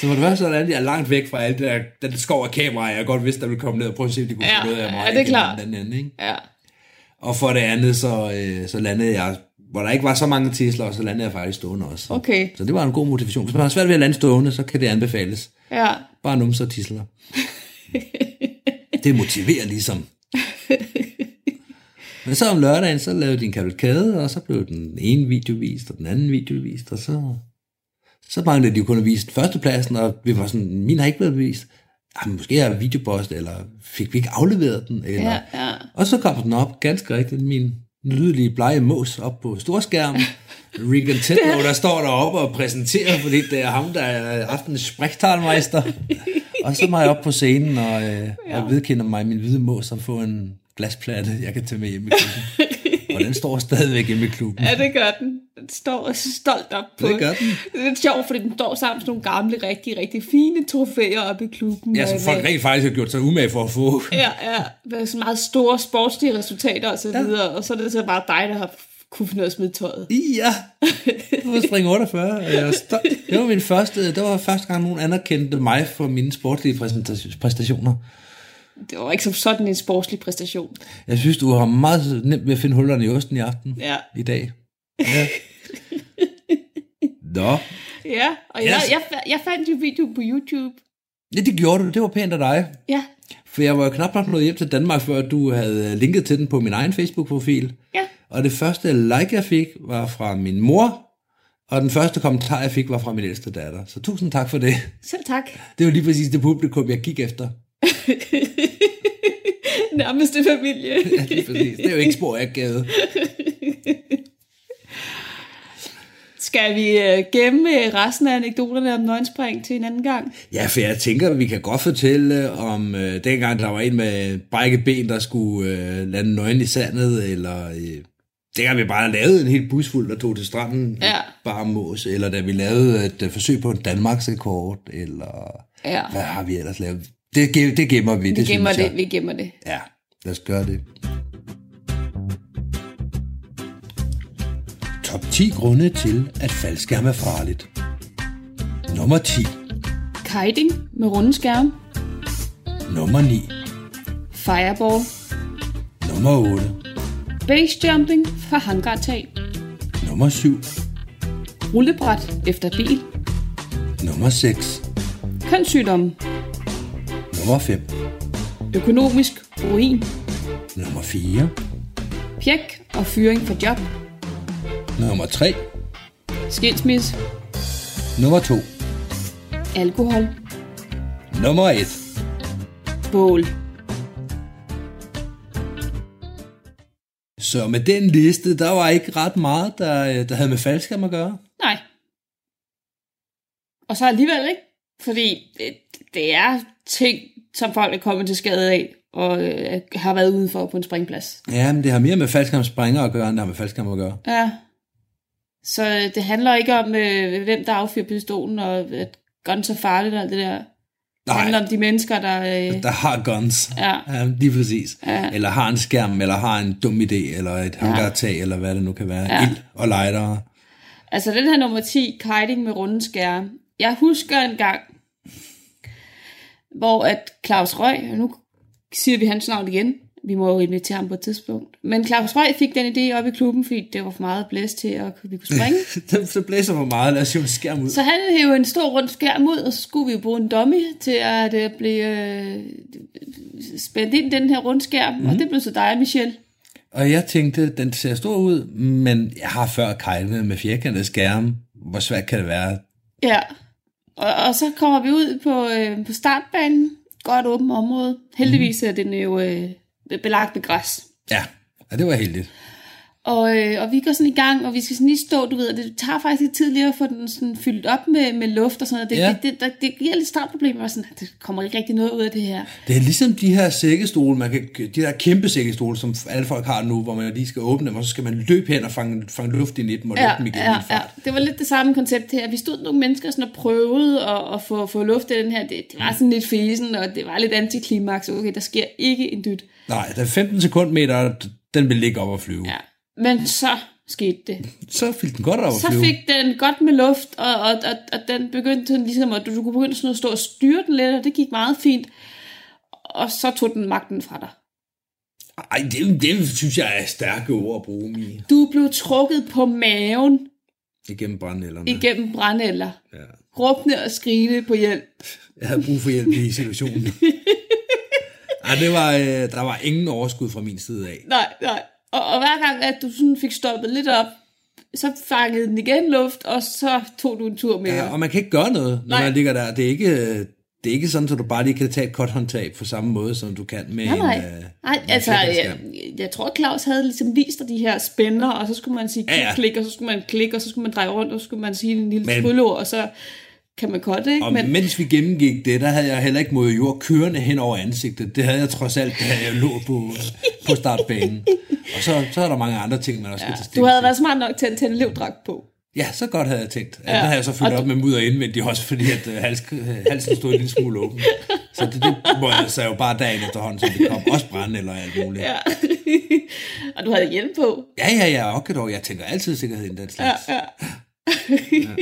Så for det første sådan, at jeg er langt væk fra alt det der, den skov af kameraer, jeg godt vidste, der ville komme ned og prøve at se, om de kunne Ja, få noget af mig. ja, det er igennem klart. Den anden, ende, ikke? Ja. Og for det andet, så, øh, så landede jeg, hvor der ikke var så mange tisler, så landede jeg faktisk stående også. Okay. Så det var en god motivation. Hvis man har svært ved at lande stående, så kan det anbefales. Ja. Bare numse og tisler. det motiverer ligesom. Men så om lørdagen, så lavede de en kavalkade, og så blev den ene video vist, og den anden video vist, og så, så manglede de jo kun at vise førstepladsen, og vi var sådan, min har ikke blevet vist. Jamen, måske har jeg videopost, eller fik vi ikke afleveret den, eller... Ja. Ja. Og så kom den op, ganske rigtigt, min nydelige blege mås op på storskærmen. Regan Tedlow, der står deroppe og præsenterer, fordi det er ham, der er aftenens sprægtalmeister. Og så må jeg op på scenen og, øh, og vedkender mig min hvide mås og få en glasplade, jeg kan tage med hjem i klubben. Og den står stadigvæk hjemme i klubben. Ja, det gør den. Den står stolt op på. Det gør den. Det er lidt sjovt, fordi den står sammen med sådan nogle gamle, rigtig, rigtig fine trofæer oppe i klubben. Ja, som Og folk med- rent faktisk har gjort sig umage for at få. Ja, ja. Med så meget store sportslige resultater og så videre. Og så er det så bare dig, der har kunne finde ud af at smide tøjet. Ja, det var spring 48, og jeg er stolt. Det var min første, det var første gang, nogen anerkendte mig for mine sportlige præsenta- præstationer. Det var ikke som sådan en sportslig præstation. Jeg synes, du har meget nemt ved at finde hullerne i osten i aften. Ja. I dag. Ja. Ja, Nå. og jeg, Ellers- jeg, fa- jeg fandt jo video på YouTube. Ja, det gjorde du. Det var pænt af dig. Ja, For jeg var jo knap nok nået hjem til Danmark, før du havde linket til den på min egen Facebook-profil. ja. Og det første like, jeg fik, var fra min mor. Og den første kommentar, jeg fik, var fra min ældste datter. Så tusind tak for det. Selv tak. Det var lige præcis det publikum, jeg gik efter. Nærmeste familie. Ja, lige præcis. Det er jo ikke spor af gade. Skal vi øh, gemme øh, resten af anekdoterne om nøgenspring til en anden gang? Ja, for jeg tænker, at vi kan godt fortælle om øh, dengang, der var en med brækket ben, der skulle øh, lande nøgen i sandet, eller øh, Det har vi bare lavet en helt bus fuld, der tog til stranden. Ja. Bare mås. Eller da vi lavede et øh, forsøg på en Danmarksrekord. Eller Ja, hvad har vi ellers lavet? Det, gem- det gemmer vi. vi gemmer synes jeg. det, vi gemmer det. Ja, lad os gøre det. Top 10 grunde til, at faldskærm er farligt. Nummer 10. Kiting med runde skærme, Nummer 9. fireball, Nummer 8. base jumping fra hangartag, Nummer 7. rullebræt efter bil, Nummer 6. kønssygdomme, Nummer 5. økonomisk ruin, Nummer 4. pjek og fyring for job, Nummer 3. skilsmisse, Nummer 2. alkohol, Nummer 1. bål. Så med den liste, der var ikke ret meget, der, øh, der havde med faldskærm at gøre. Nej. Og så alligevel ikke, fordi det, det er ting, som folk er kommet til skade af, og øh, har været udenfor på en springplads. Ja, men det har mere med faldskærmspringer at gøre, end det har med faldskærm at gøre. Ja. Så øh, det handler ikke om, øh, hvem der affyrer pistolen, og at guns er farligt og det der. Det Nej. handler om de mennesker, der... Øh, der har guns. Ja. ja lige præcis. Ja. Eller har en skærm, eller har en dum idé, eller et hangartag, eller hvad det nu kan være. Ja. Ild og lightere. Altså den her nummer 10, kiting med runde skærme. Jeg husker en gang, hvor at Claus Røg, og nu siger vi hans navn igen, vi må jo invitere ham på et tidspunkt. Men Claus Røg fik den idé op i klubben, fordi det var for meget blæst til, at vi kunne springe. Så- Så blæser for meget, lad os jo en skærm ud. Så han hævde jo en stor rund skærm ud, og så skulle vi jo bruge en dummy til at øh, blive øh, spændt ind i den her rundskærm, mm-hmm. og det blev så dig, Michelle. Og jeg tænkte, den ser stor ud, men jeg har før kejlet med firkantede skærme. Hvor svært kan det være? Ja, og, og så kommer vi ud på, øh, på startbanen, godt åbent område. Heldigvis Mhm. er den jo øh, belagt med græs. Ja, ja det var heldigt. Og, øh, og vi går sådan i gang, og vi skal sådan lige stå, du ved, og det tager faktisk lidt tid lige at få den sådan fyldt op med, med luft og sådan noget. Det, Ja. ja. det, det, det, det giver lidt startproblemer, og sådan, det kommer ikke rigtig noget ud af det her. Det er ligesom de her sækkestole, man kan, de der kæmpe sækkestole, som alle folk har nu, hvor man lige skal åbne dem, og så skal man løbe hen og fange, fange luft ind i dem og lukke dem igen i en fart. Det var lidt det samme koncept her. Vi stod nogle mennesker sådan og prøvede at, at få, få luft i den her. Det, det var sådan lidt fesen, og det var lidt antiklimaks. Okay, der sker ikke en dyt. Nej, der er 15 sekundmeter, den vil ligge op og flyve. Ja. Men så skete det. Så fik den godt op at Så flyve. fik den godt med luft, og, og, og, og den begyndte sådan ligesom, at du, du kunne begynde sådan at stå og styre den lidt, og det gik meget fint. Og så tog den magten fra dig. Ej, det, det synes jeg er stærke ord at bruge, Mie. Du blev trukket på maven Igennem brandnælderne. igennem brandælder. Ja. Råbende og skrigende på hjælp. Jeg havde brug for hjælp i situationen. Ej, det var, øh, der var ingen overskud fra min side af. Nej, nej. Og, og hver gang, at du sådan fik stoppet lidt op, så fangede den igen luft, og så tog du en tur mere. Ja, og man kan ikke gøre noget, når Nej. man ligger der. Det er ikke, øh, det er ikke sådan, at du bare lige kan tage et korthåndtag på samme måde, som du kan med nej, nej. en... øh, nej en altså, jeg, flækkeskærm. jeg tror, at Claus havde ligesom vist dig de her spænder, og så skulle man sige Ja, klik, ja. klik, og så skulle man klikke, og så skulle man dreje rundt, og så skulle man sige en lille Men- trylleord, og så kan man godt, ikke? Og men... mens vi gennemgik det, der havde jeg heller ikke mod jord kørende hen over ansigtet. Det havde jeg trods alt, da jeg lå på, øh, på startbanen. Og så, så er der mange andre ting, man også skal ja, du tage stilling havde til. været smart nok til at tage en elevdragt på. Ja, så godt havde jeg tænkt. Ja. Ja, Den havde jeg så fyldt og op med mudder indvendigt også, fordi at øh, hals, øh, halsen stod en lille smule åben. Så det, det må jeg så jo bare dagen efterhånden, som det kom. Også brænde eller alt muligt. Ja, Ja. og du havde hjelm på. ja, ja, ja okay dog. Jeg tænker altid sikkerhed i den slags. Ja, Ja, ja.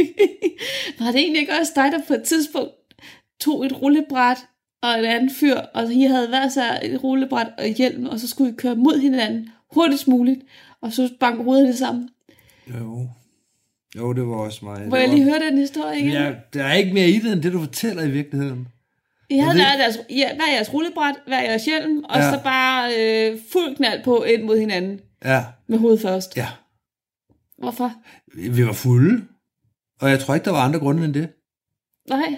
Var det egentlig ikke også dig, der på et tidspunkt tog et rullebræt og en anden fyr, og I havde hver sig et rullebræt og hjelm, og så skulle I køre mod hinanden hurtigst muligt, og så banke hovederne sammen. ja. Jo. jo, det var også mig. Hvor jeg lige hørte den historie igen. Ja, der er ikke mere i det, end det, du fortæller i virkeligheden. I havde ved- hver deres, ja, hver jeres rullebræt, hver jeres hjelm, og Ja. ja. så bare øh, fuld knald på ind mod hinanden Ja, med hovedet først. ja. Hvorfor? Vi var fulde, og jeg tror ikke, der var andre grunde end det. Nej.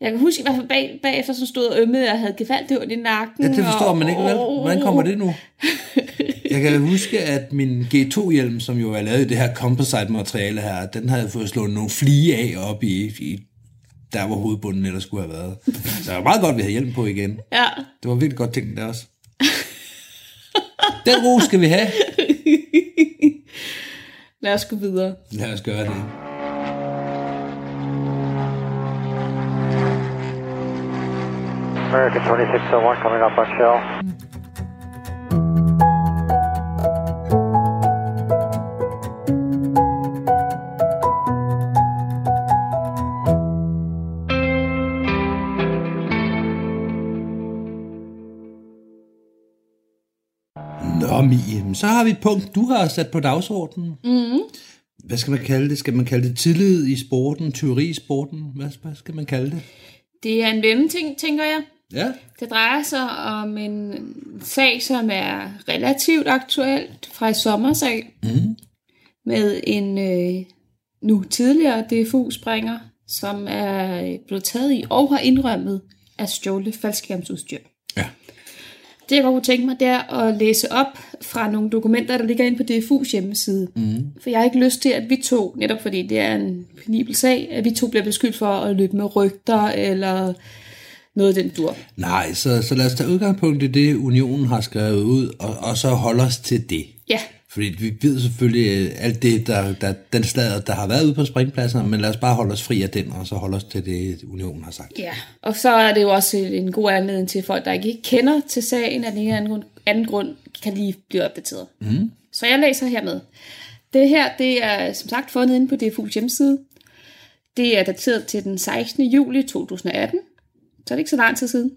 Jeg kan huske i hvert fald bag, bagefter, så stod jeg og ømmede, og havde gevaldt i nakken. Ja, det forstår og- man ikke, vel? Hvordan kommer det nu? Jeg kan huske, at min G2-hjelm, som jo er lavet i det her composite-materiale her, den havde fået slået nogle flige af op i, i der, hvor hovedbunden ellers skulle have været. Så det var meget godt, at vi havde hjelm på igen. Ja, Det var virkelig godt tænkt der også. Den ro skal vi have. Lad os gå videre. Lad os gøre det. American 2601 coming up on shell. Nå, Mie, så har vi et punkt, du har sat på dagsordenen. Mm. Hvad skal man kalde det? Skal man kalde det tillid i sporten, teori i sporten? Hvad, hvad skal man kalde det? Det er en mellemting, tænker jeg. Ja, Det drejer sig om en sag, som er relativt aktuelt fra i sommersag, mm. med en øh, nu tidligere DFU-springer, som er øh, blevet taget i og har indrømmet at stjåle faldskærmsudstyr. Ja. Det jeg godt kunne tænke mig, det er at læse op fra nogle dokumenter, der ligger inde på DFU's hjemmeside. Mm. For jeg har ikke lyst til, at vi to, netop fordi det er en penibel sag, at vi to bliver beskyldt for at løbe med rygter eller noget af den dur. Nej, så, så lad os tage udgangspunkt i det, unionen har skrevet ud, og, og så holde os til det. Ja, Fordi vi ved selvfølgelig øh, alt det, der, der, den slag, der har været ude på springpladsen, men lad os bare holde os fri af den, og så holde os til det, unionen har sagt. Ja, og så er det jo også en god anledning til folk, der ikke kender til sagen af den ene eller anden grund- anden grund, kan lige blive opdateret. Mm. Så jeg læser hermed. Det her, det er som sagt fundet inde på DFU's hjemmeside. Det er dateret til den 16. juli 2018, så det er ikke så lang tid siden.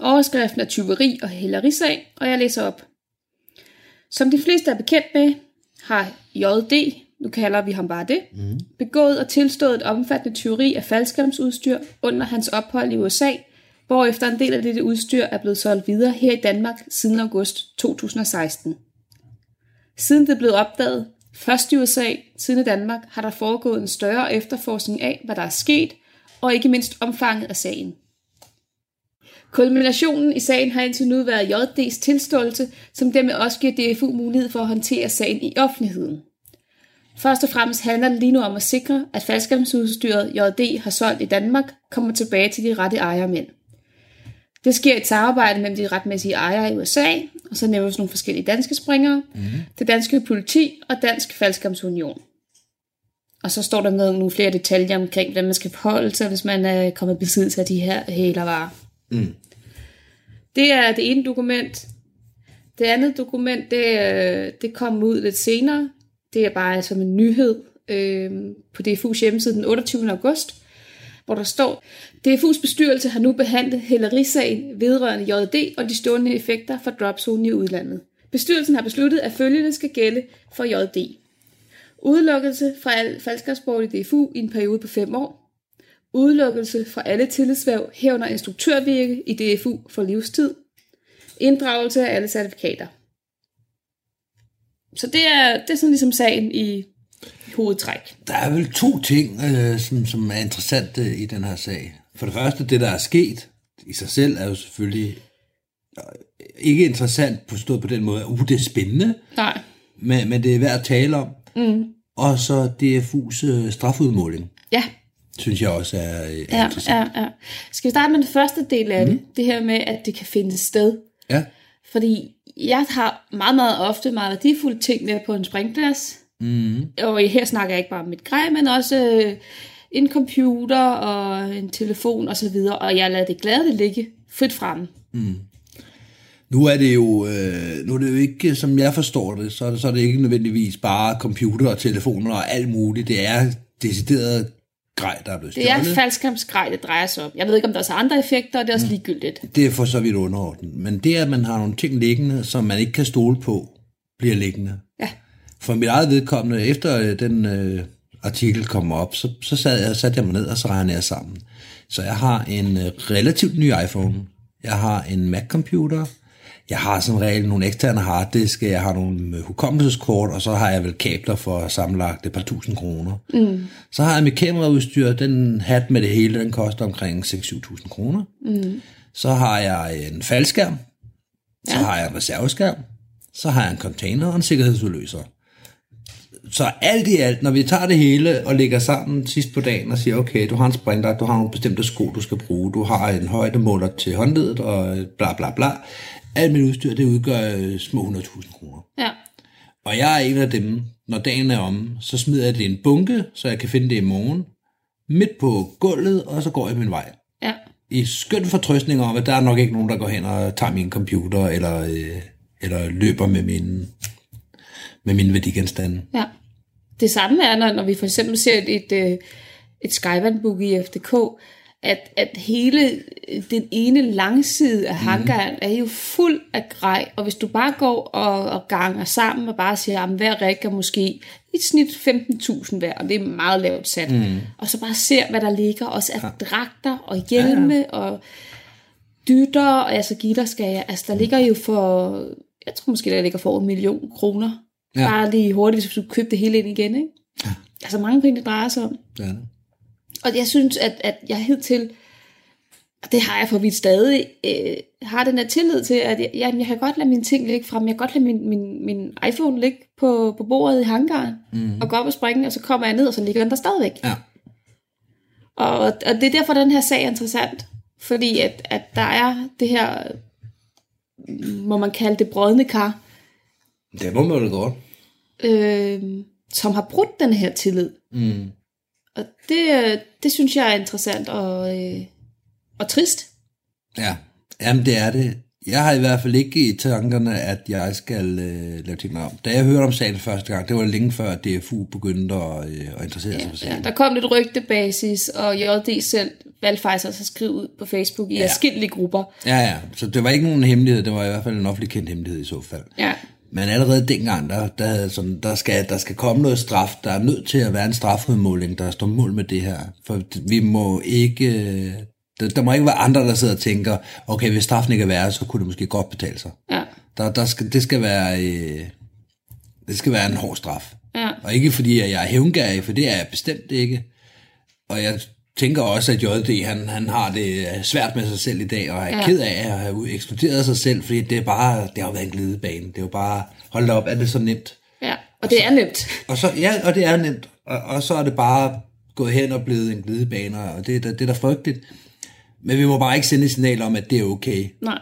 Overskriften er tyveri og hælderisag, og jeg læser op. Som de fleste er bekendt med, har JD, nu kalder vi ham bare det, mm. begået og tilstået et omfattende tyveri af faldskærmsudstyr under hans ophold i USA, hvorefter en del af dette udstyr er blevet solgt videre her i Danmark siden august 2016. Siden det blev opdaget, først i USA, siden i Danmark, har der foregået en større efterforskning af, hvad der er sket, og ikke mindst omfanget af sagen. Kulminationen i sagen har indtil nu været JD's tilståelse, som dermed også giver DFU mulighed for at håndtere sagen i offentligheden. Først og fremmest handler det lige nu om at sikre, at faldskærmsudstyret JD har solgt i Danmark kommer tilbage til de rette ejermænd. Det sker i et samarbejde mellem de retmæssige ejere i USA, og så nævnes nogle forskellige danske springere, mm. det danske politi og Dansk Faldskærmsunion. Og så står der med nogle flere detaljer omkring, hvordan man skal forholde sig, hvis man er kommet i besiddelse af de her hælervarer. Det er det ene dokument. Det andet dokument, det, øh, det kom ud lidt senere. Det er bare som en nyhed øh, på DFU's hjemmeside den 28. august, hvor der står, DFU's bestyrelse har nu behandlet hælerisagen vedrørende JD og de stående effekter fra dropzonen i udlandet. Bestyrelsen har besluttet, at følgende skal gælde for JD. Udelukkelse fra al falskersport i DFU i en periode på 5 år. Udelukkelse fra alle tillidsværv herunder instruktørvirke i DFU for livstid. Inddragelse af alle certifikater. Så det er, det er sådan ligesom sagen i, i hovedtræk. Der er vel to ting, øh, som, som er interessante i den her sag. For det første, det der er sket i sig selv, er jo selvfølgelig øh, ikke interessant forstået på den måde, at uh, det er spændende, Nej. men, men det er værd at tale om. Mm. Og så DFU's øh, strafudmåling, Ja, synes jeg også er, øh, er ja, interessant. ja, ja. Skal vi starte med den første del af mm. det? Det her med, at det kan finde sted. Ja. Fordi jeg har meget, meget ofte meget værdifulde ting med på en springplads. Mm. Og her snakker jeg ikke bare om mit grej, men også øh, en computer og en telefon osv. Og, så videre. og jeg lader det glade ligge frit fremme. Nu er det jo øh, nu er det jo ikke, som jeg forstår det, så er det, så er det ikke nødvendigvis bare computer og telefoner og alt muligt. Det er decideret grej, der er blevet Det er stjålet. faldskampsgrej, det drejer sig om. Jeg ved ikke, om der er så andre effekter, og det er også ligegyldigt. Det er for så vidt underordnet. Men det, at man har nogle ting liggende, som man ikke kan stole på, bliver liggende. Ja. For mit eget vedkommende, efter øh, den øh, artikel kom op, så, så sad jeg, satte jeg mig ned, og så regnede jeg sammen. Så jeg har en øh, relativt ny iPhone. Jeg har en Mac-computer. Jeg har som regel nogle eksterne harddiske, jeg har nogle øh, hukommelseskort, og så har jeg vel kabler for sammenlagt et par tusind kroner. Mm. Så har jeg mit kameraudstyr, den hat med det hele, den koster omkring 6-7.000 kroner. Mm. Så har jeg en faldskærm, så har jeg en reserveskærm, så har jeg en container og en sikkerhedsudløser. Så alt i alt, når vi tager det hele og lægger sammen sidst på dagen og siger, okay, du har en sprinter, du har nogle bestemte sko, du skal bruge, du har en højdemåler til håndledet og bla bla bla. Alt mit udstyr, det udgør øh, små 100.000 kroner. Ja. Og jeg er en af dem, når dagen er omme, så smider jeg det i en bunke, så jeg kan finde det i morgen, midt på gulvet, og så går jeg min vej. Ja. I skøn fortrøstning om, at der er nok ikke nogen, der går hen og tager min computer, eller, øh, eller løber med mine, med mine værdigenstande. Ja. Det samme er, når, når vi for eksempel ser et, et, øh, et skyvandbook i FDK, at, at hele øh, den ene langside af hangaren mm. er jo fuld af grej, og hvis du bare går og, og ganger sammen og bare siger, at hver række er måske i snit 15.000 hver, og det er meget lavt sat, mm. og så bare ser, hvad der ligger, også af dragter og hjelme ja, ja. og dytter, og altså gitterskager, altså der ligger jo for, jeg tror måske, der ligger for over en million kroner, Ja. ja. bare lige hurtigt, hvis du købte det hele ind igen, ikke? Ja. Altså mange penge, det drejer sig om. Ja, det. Og jeg synes, at, at jeg hidtil, og det har jeg for vidt stadig, øh, har den her tillid til, at jeg, jamen, jeg kan godt lade mine ting ligge frem, jeg kan godt lade min, min, min iPhone ligge på, på bordet i hangaren, mm. og gå op og springe, og så kommer jeg ned, og så ligger den der stadigvæk. Ja. Og, og det er derfor, den her sag er interessant. Fordi at, at der er det her, øh, må man kalde det brødne kar, Det må man jo godt. øh, som har brudt den her tillid. Mm. Og det, øh, det synes jeg er interessant og, øh, og trist. Ja, jamen det er det. Jeg har i hvert fald ikke i tankerne, at jeg skal øh, lave tingene om. Da jeg hørte om sagen første gang, det var længe før DFU begyndte at, øh, at interessere sig for Ja, sagen. der kom lidt rygtebasis, og JD selv valgte faktisk også at skrive ud på Facebook i ja. forskellige grupper. Ja, ja, så det var ikke nogen hemmelighed, det var i hvert fald en offentlig kendt hemmelighed i så fald. Ja, Men allerede dengang, der, der, havde sådan, der, skal, der skal komme noget straf, der er nødt til at være en strafudmåling, der står mål med det her. For vi må ikke, øh, der, der må ikke være andre, der sidder og tænker, okay, hvis straffen ikke er værre, så kunne det måske godt betale sig. ja, Der, der skal, det, skal være, øh, det skal være en hård straf. ja, Og ikke fordi, at jeg er hævngærig, for det er jeg bestemt ikke. Og jeg tænker også, at JD, han, han har det svært med sig selv i dag, og er ja. Ja. ked af at have eksploderet sig selv, fordi det er bare, det har jo været en glidebane. Det er jo bare, hold da op, er det så nemt? ja. Og det er nemt. Og så, ja, og det er nemt. Og, og så er det bare gået hen og blevet en glidebane, og det, er da- det er da frygteligt. Men vi må bare ikke sende et signal om, at det er okay. Nej,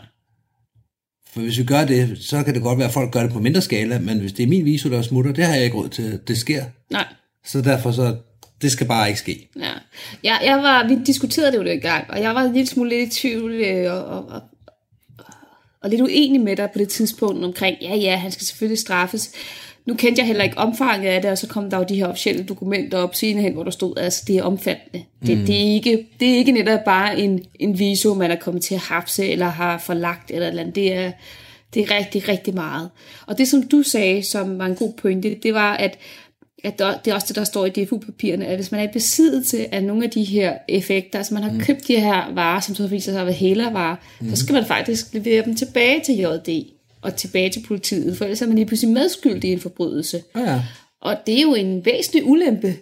For hvis vi gør det, så kan det godt være, at folk gør det på mindre skala, men hvis det er min viso, der smutter, det har jeg ikke råd til. Det sker. nej. Så derfor så, det skal bare ikke ske. Ja. Jeg, jeg var, vi diskuterede det jo dengang, og jeg var en lille smule lidt i tvivl øh, og, og, og, og lidt uenig med dig på det tidspunkt omkring, ja ja, han skal selvfølgelig straffes. Nu kendte jeg heller ikke omfanget af det, og så kom der jo de her officielle dokumenter op senere hen, hvor der stod, altså det er omfattende. Det, mm. det, er, ikke, det er ikke netop bare en, en viso, man er kommet til at hapse, eller har forlagt, eller et eller andet. Det er, det er rigtig, rigtig meget. Og det, som du sagde, som var en god pointe, det var, at at der, det er også det, der står i DFU-papirerne, at hvis man er i besiddelse af nogle af de her effekter, altså man har mm. købt de her varer, som så viser sig at være hælervarer, mm. så skal man faktisk levere dem tilbage til JD og tilbage til politiet, for ellers er man lige pludselig medskyldig i en forbrydelse. Ja. Og det er jo en væsentlig ulempe,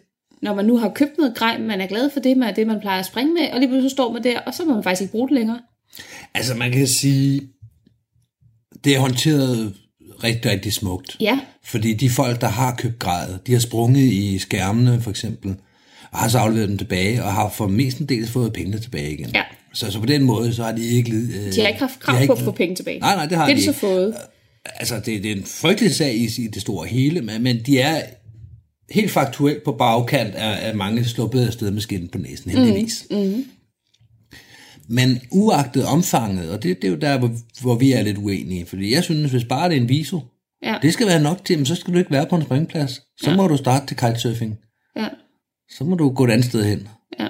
når man nu har købt noget grej, man er glad for det, man er det, man plejer at springe med, og lige pludselig så står man der, og så må man faktisk ikke bruge det længere. Altså man kan sige, det er håndteret rigtig, rigtig smukt. Ja, Fordi de folk, der har købt grædet, de har sprunget i skærmene for eksempel, og har så afleveret dem tilbage, og har for mestendels fået pengene tilbage igen. Ja. Så, så på den måde, så har de ikke... lidt, Øh, de har ikke haft de krav har på at ikke- få penge tilbage. Nej, nej, det har det er de de så ikke. fået. Altså, det, det er en frygtelig sag i, i det store hele, men, men de er helt faktuelt på bagkant af, af mange sluppet afsted med skinnet på næsen, heldigvis. Mm. Mm. Men uagtet omfanget, og det, det er jo der, hvor, hvor vi er lidt uenige, fordi jeg synes, hvis bare det er en viso, Ja, det skal være nok til, men så skal du ikke være på en springplads. Så ja. må du starte til kitesurfing. ja, Så må du gå et andet sted hen. ja.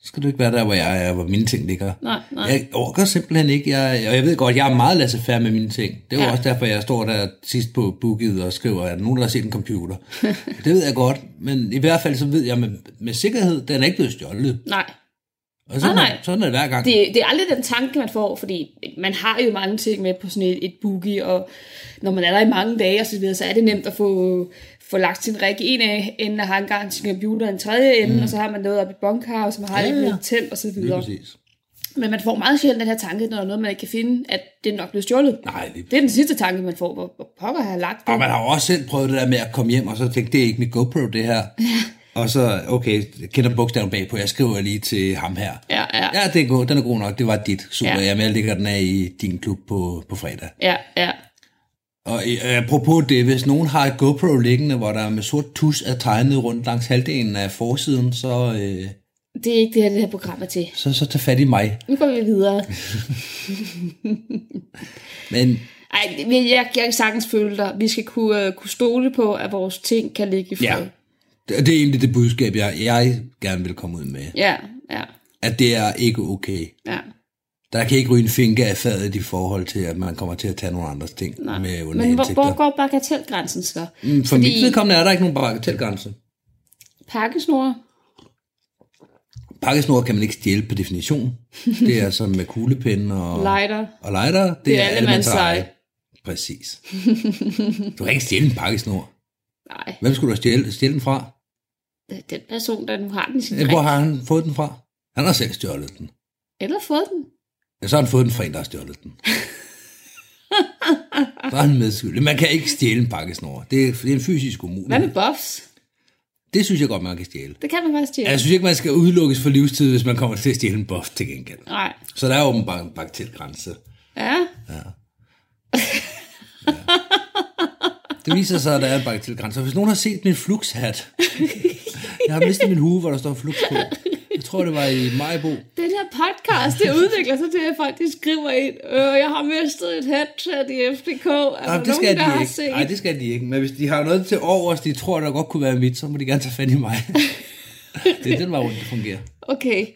Så skal du ikke være der, hvor jeg er, hvor mine ting ligger. Nej, nej. Jeg orker simpelthen ikke, jeg, og jeg ved godt, jeg er meget laissez-faire med mine ting. Det var ja. Ja. også derfor, jeg står der sidst på booket og skriver, at nogen der har set en computer. det ved jeg godt, men i hvert fald så ved jeg med, med sikkerhed, den er ikke blevet stjålet. Nej, Og sådan, Nej, Er, nej. sådan er det hver gang. Det... det, det er aldrig den tanke, man får, fordi man har jo mange ting med på sådan et, et boogie, og når man er der i mange dage og så videre, så er det nemt at få, få lagt sin række en af enden af hangaren, sin computer en tredje ende, mm. og så har man noget op i bunkar, og så har Ja, man ja. ja, et telt og så Lige videre. præcis. Men man får meget sjældent den her tanke, når der er noget, man ikke kan finde, at det er nok blevet stjålet. Nej, lige Det er den sidste tanke, man får, hvor, hvor pokker har jeg lagt det. Og man har jo også selv prøvet det der med at komme hjem, og så tænke, det er ikke mit GoPro, det her. og så, okay, jeg kender bogstaven bagpå, jeg skriver lige til ham her. Ja, ja, Ja, det er god, den er god nok, det var dit. Super, ja. Ja. jamen, jeg lægger den af i din klub på, på fredag. ja, ja, Og øh, apropos det, hvis nogen har et GoPro liggende, hvor der med sort tus er tegnet rundt langs halvdelen af forsiden, så, øh, Det er ikke det her, det her program er til. så, så tag fat i mig. Nu går vi videre. Men Ej, men jeg, jeg kan sagtens føle dig. Vi skal kunne, øh, kunne stole på, at vores ting kan ligge i fred. ja, det, det er egentlig det budskab, jeg, jeg gerne vil komme ud med. ja, ja. At det er ikke okay. ja. Der kan ikke ryge en finke af fadet i forhold til, at man kommer til at tage nogle andres ting Nej. Nej. med under Men hvor, hensigter. hvor går bagatelgrænsen så? Mm, For fordi... mit vedkommende er der ikke nogen bagatelgrænse. Pakkesnore? Pakkesnor kan man ikke stjæle per definition. Det er som med kuglepinde og, Lighter? og lighter. Det, det er allemandseje. allemandsleje. Præcis. Du kan ikke stjæle en pakkesnor. Nej, Hvem skulle du stjæle, stjæle den fra? den person, der nu har den i sin Hvor ring. har han fået den fra? Han har selv stjålet den. Eller fået den. Ja, så har han fået den fra en, der har stjålet den. Så er han medskyldig. Man kan ikke stjæle en pakkesnor. Det er, det er en fysisk Hvad med umulighed. buffs? Det synes jeg godt, man kan stjæle. Det kan man faktisk Ja, stjæle. Jeg synes ikke, man skal udelukkes for livstid, hvis man kommer til at stjæle en buff til gengæld. Nej. Så der er åbenbart en bagatelgrænse. Ja. Det viser sig, at der er en bagatelgrænse. Og Hvis nogen har set min flugshat, jeg har mistet min hue, hvor der står flugs på. Jeg tror, det var i Majbo. Den her podcast, det udvikler sig til, at folk de skriver ind, øh, jeg har mistet et headset i FDK. Er der Nej, det nogen, skal der de har ikke. set? Nej, det skal de ikke. Men hvis de har noget til overs, de tror, der godt kunne være mit, så må de gerne tage fat i mig. Det er den vej rundt, det fungerer. Okay.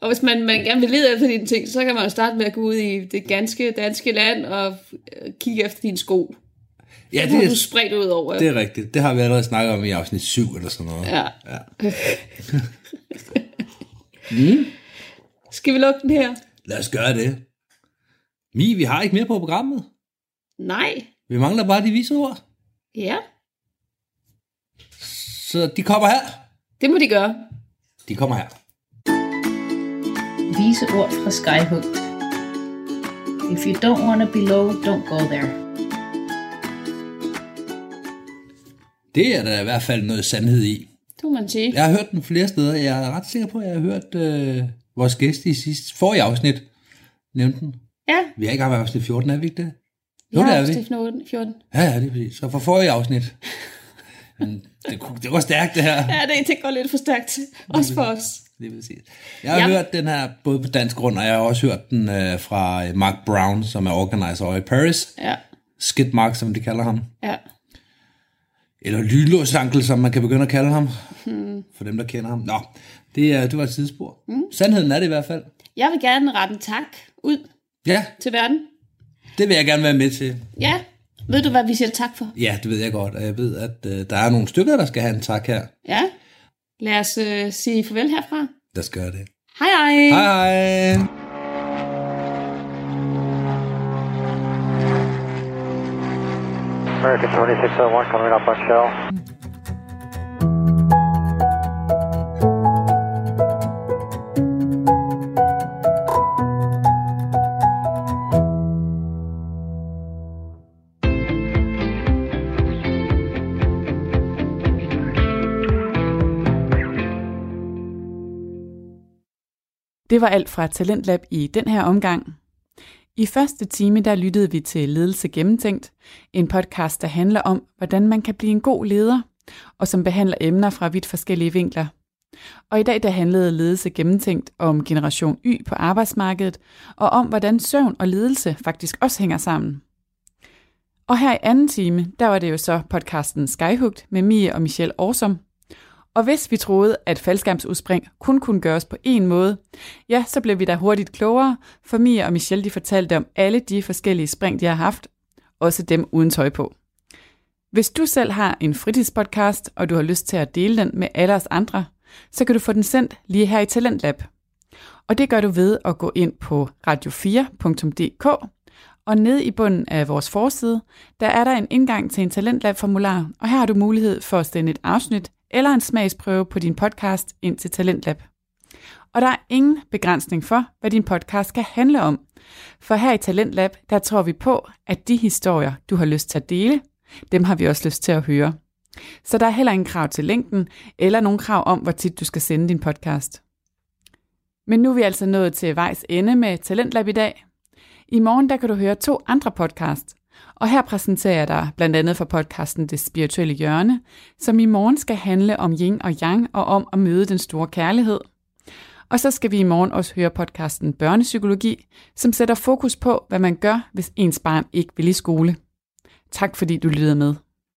Og hvis man, man gerne vil lede efter dine ting, så kan man jo starte med at gå ud i det ganske danske land og øh, kigge efter dine sko. Ja, Det har du det, spredt ud over. det er rigtigt. Det har vi allerede snakket om i afsnit 7 eller sådan noget. Ja. ja. Mm. Skal vi lukke den her? Lad os gøre det. Mi, vi har ikke mere på programmet. Nej. Vi mangler bare de vise ord. Ja, Så de kommer her. det må de gøre. De kommer her. Vise ord fra Skyhooked. If you don't want to be low, don't go there. Det er der i hvert fald noget sandhed i. Det må man sige. Ja. Jeg har hørt den flere steder. Jeg er ret sikker på, at jeg har hørt øh, vores gæst i sidste forrige afsnit nævnte den. ja. Vi har ikke haft afsnit 14, er vi ikke det? Vi Jo, det har er vi. afsnit 14. 14. Ja, ja, det er præcis. Så fra forrige afsnit. Men det, kunne- det var stærkt, det her. Ja, det, det går lidt for stærkt. Også for os. Det er præcis. Jeg har ja. Ja. hørt den her både på dansk grund, og jeg har også hørt den øh, fra øh, Mark Brown, som er organizer over i Paris. Ja, Skid Mark, som de kalder ham. ja. Eller lynlåsankel, som man kan begynde at kalde ham. Hmm. For dem, der kender ham. Nå, det, er, det var et sidespor. Hmm. Mm. Sandheden er det i hvert fald. Jeg vil gerne rette en tak ud Ja, til verden. det vil jeg gerne være med til. Ja. Ved du, hvad vi siger tak for? Ja, det ved jeg godt, og jeg ved, at øh, der er nogle stykker, der skal have en tak her. Ja. Lad os øh, sige farvel herfra. Der skal gøre det. Hej hej. Hej hej! American 2601 coming up on shell. Det var alt fra Talentlab i den her omgang. I første time der lyttede vi til Ledelse Gennemtænkt, en podcast, der handler om, hvordan man kan blive en god leder, og som behandler emner fra vidt forskellige vinkler. Og i dag der handlede Ledelse Gennemtænkt om generation Y på arbejdsmarkedet, og om hvordan søvn og ledelse faktisk også hænger sammen. Og her i anden time, der var det jo så podcasten Skyhugt med Mie og Michelle Årsom. Og hvis vi troede, at faldskærmsudspring kun kunne gøres på én måde, ja, så blev vi da hurtigt klogere, for Mia og Michelle de fortalte om alle de forskellige spring, de har haft, også dem uden tøj på. Hvis du selv har en fritidspodcast, og du har lyst til at dele den med alle os andre, så kan du få den sendt lige her i Talentlab. Og det gør du ved at gå ind på radio4.dk, og nede i bunden af vores forside, der er der en indgang til en Talentlab-formular, og her har du mulighed for at sende et afsnit eller en smagsprøve på din podcast ind til Talentlab. Og der er ingen begrænsning for, hvad din podcast kan handle om. For her i Talentlab, der tror vi på, at de historier, du har lyst til at dele, dem har vi også lyst til at høre. Så der er heller ingen krav til længden, eller nogen krav om, hvor tit du skal sende din podcast. Men nu er vi altså nået til vejs ende med Talentlab i dag. I morgen der kan du høre to andre podcast, Og her præsenterer jeg dig blandt andet for podcasten Det Spirituelle Hjørne, som i morgen skal handle om yin og yang og om at møde den store kærlighed. Og så skal vi i morgen også høre podcasten Børnepsykologi, som sætter fokus på, hvad man gør, hvis ens barn ikke vil i skole. Tak fordi du lyttede med.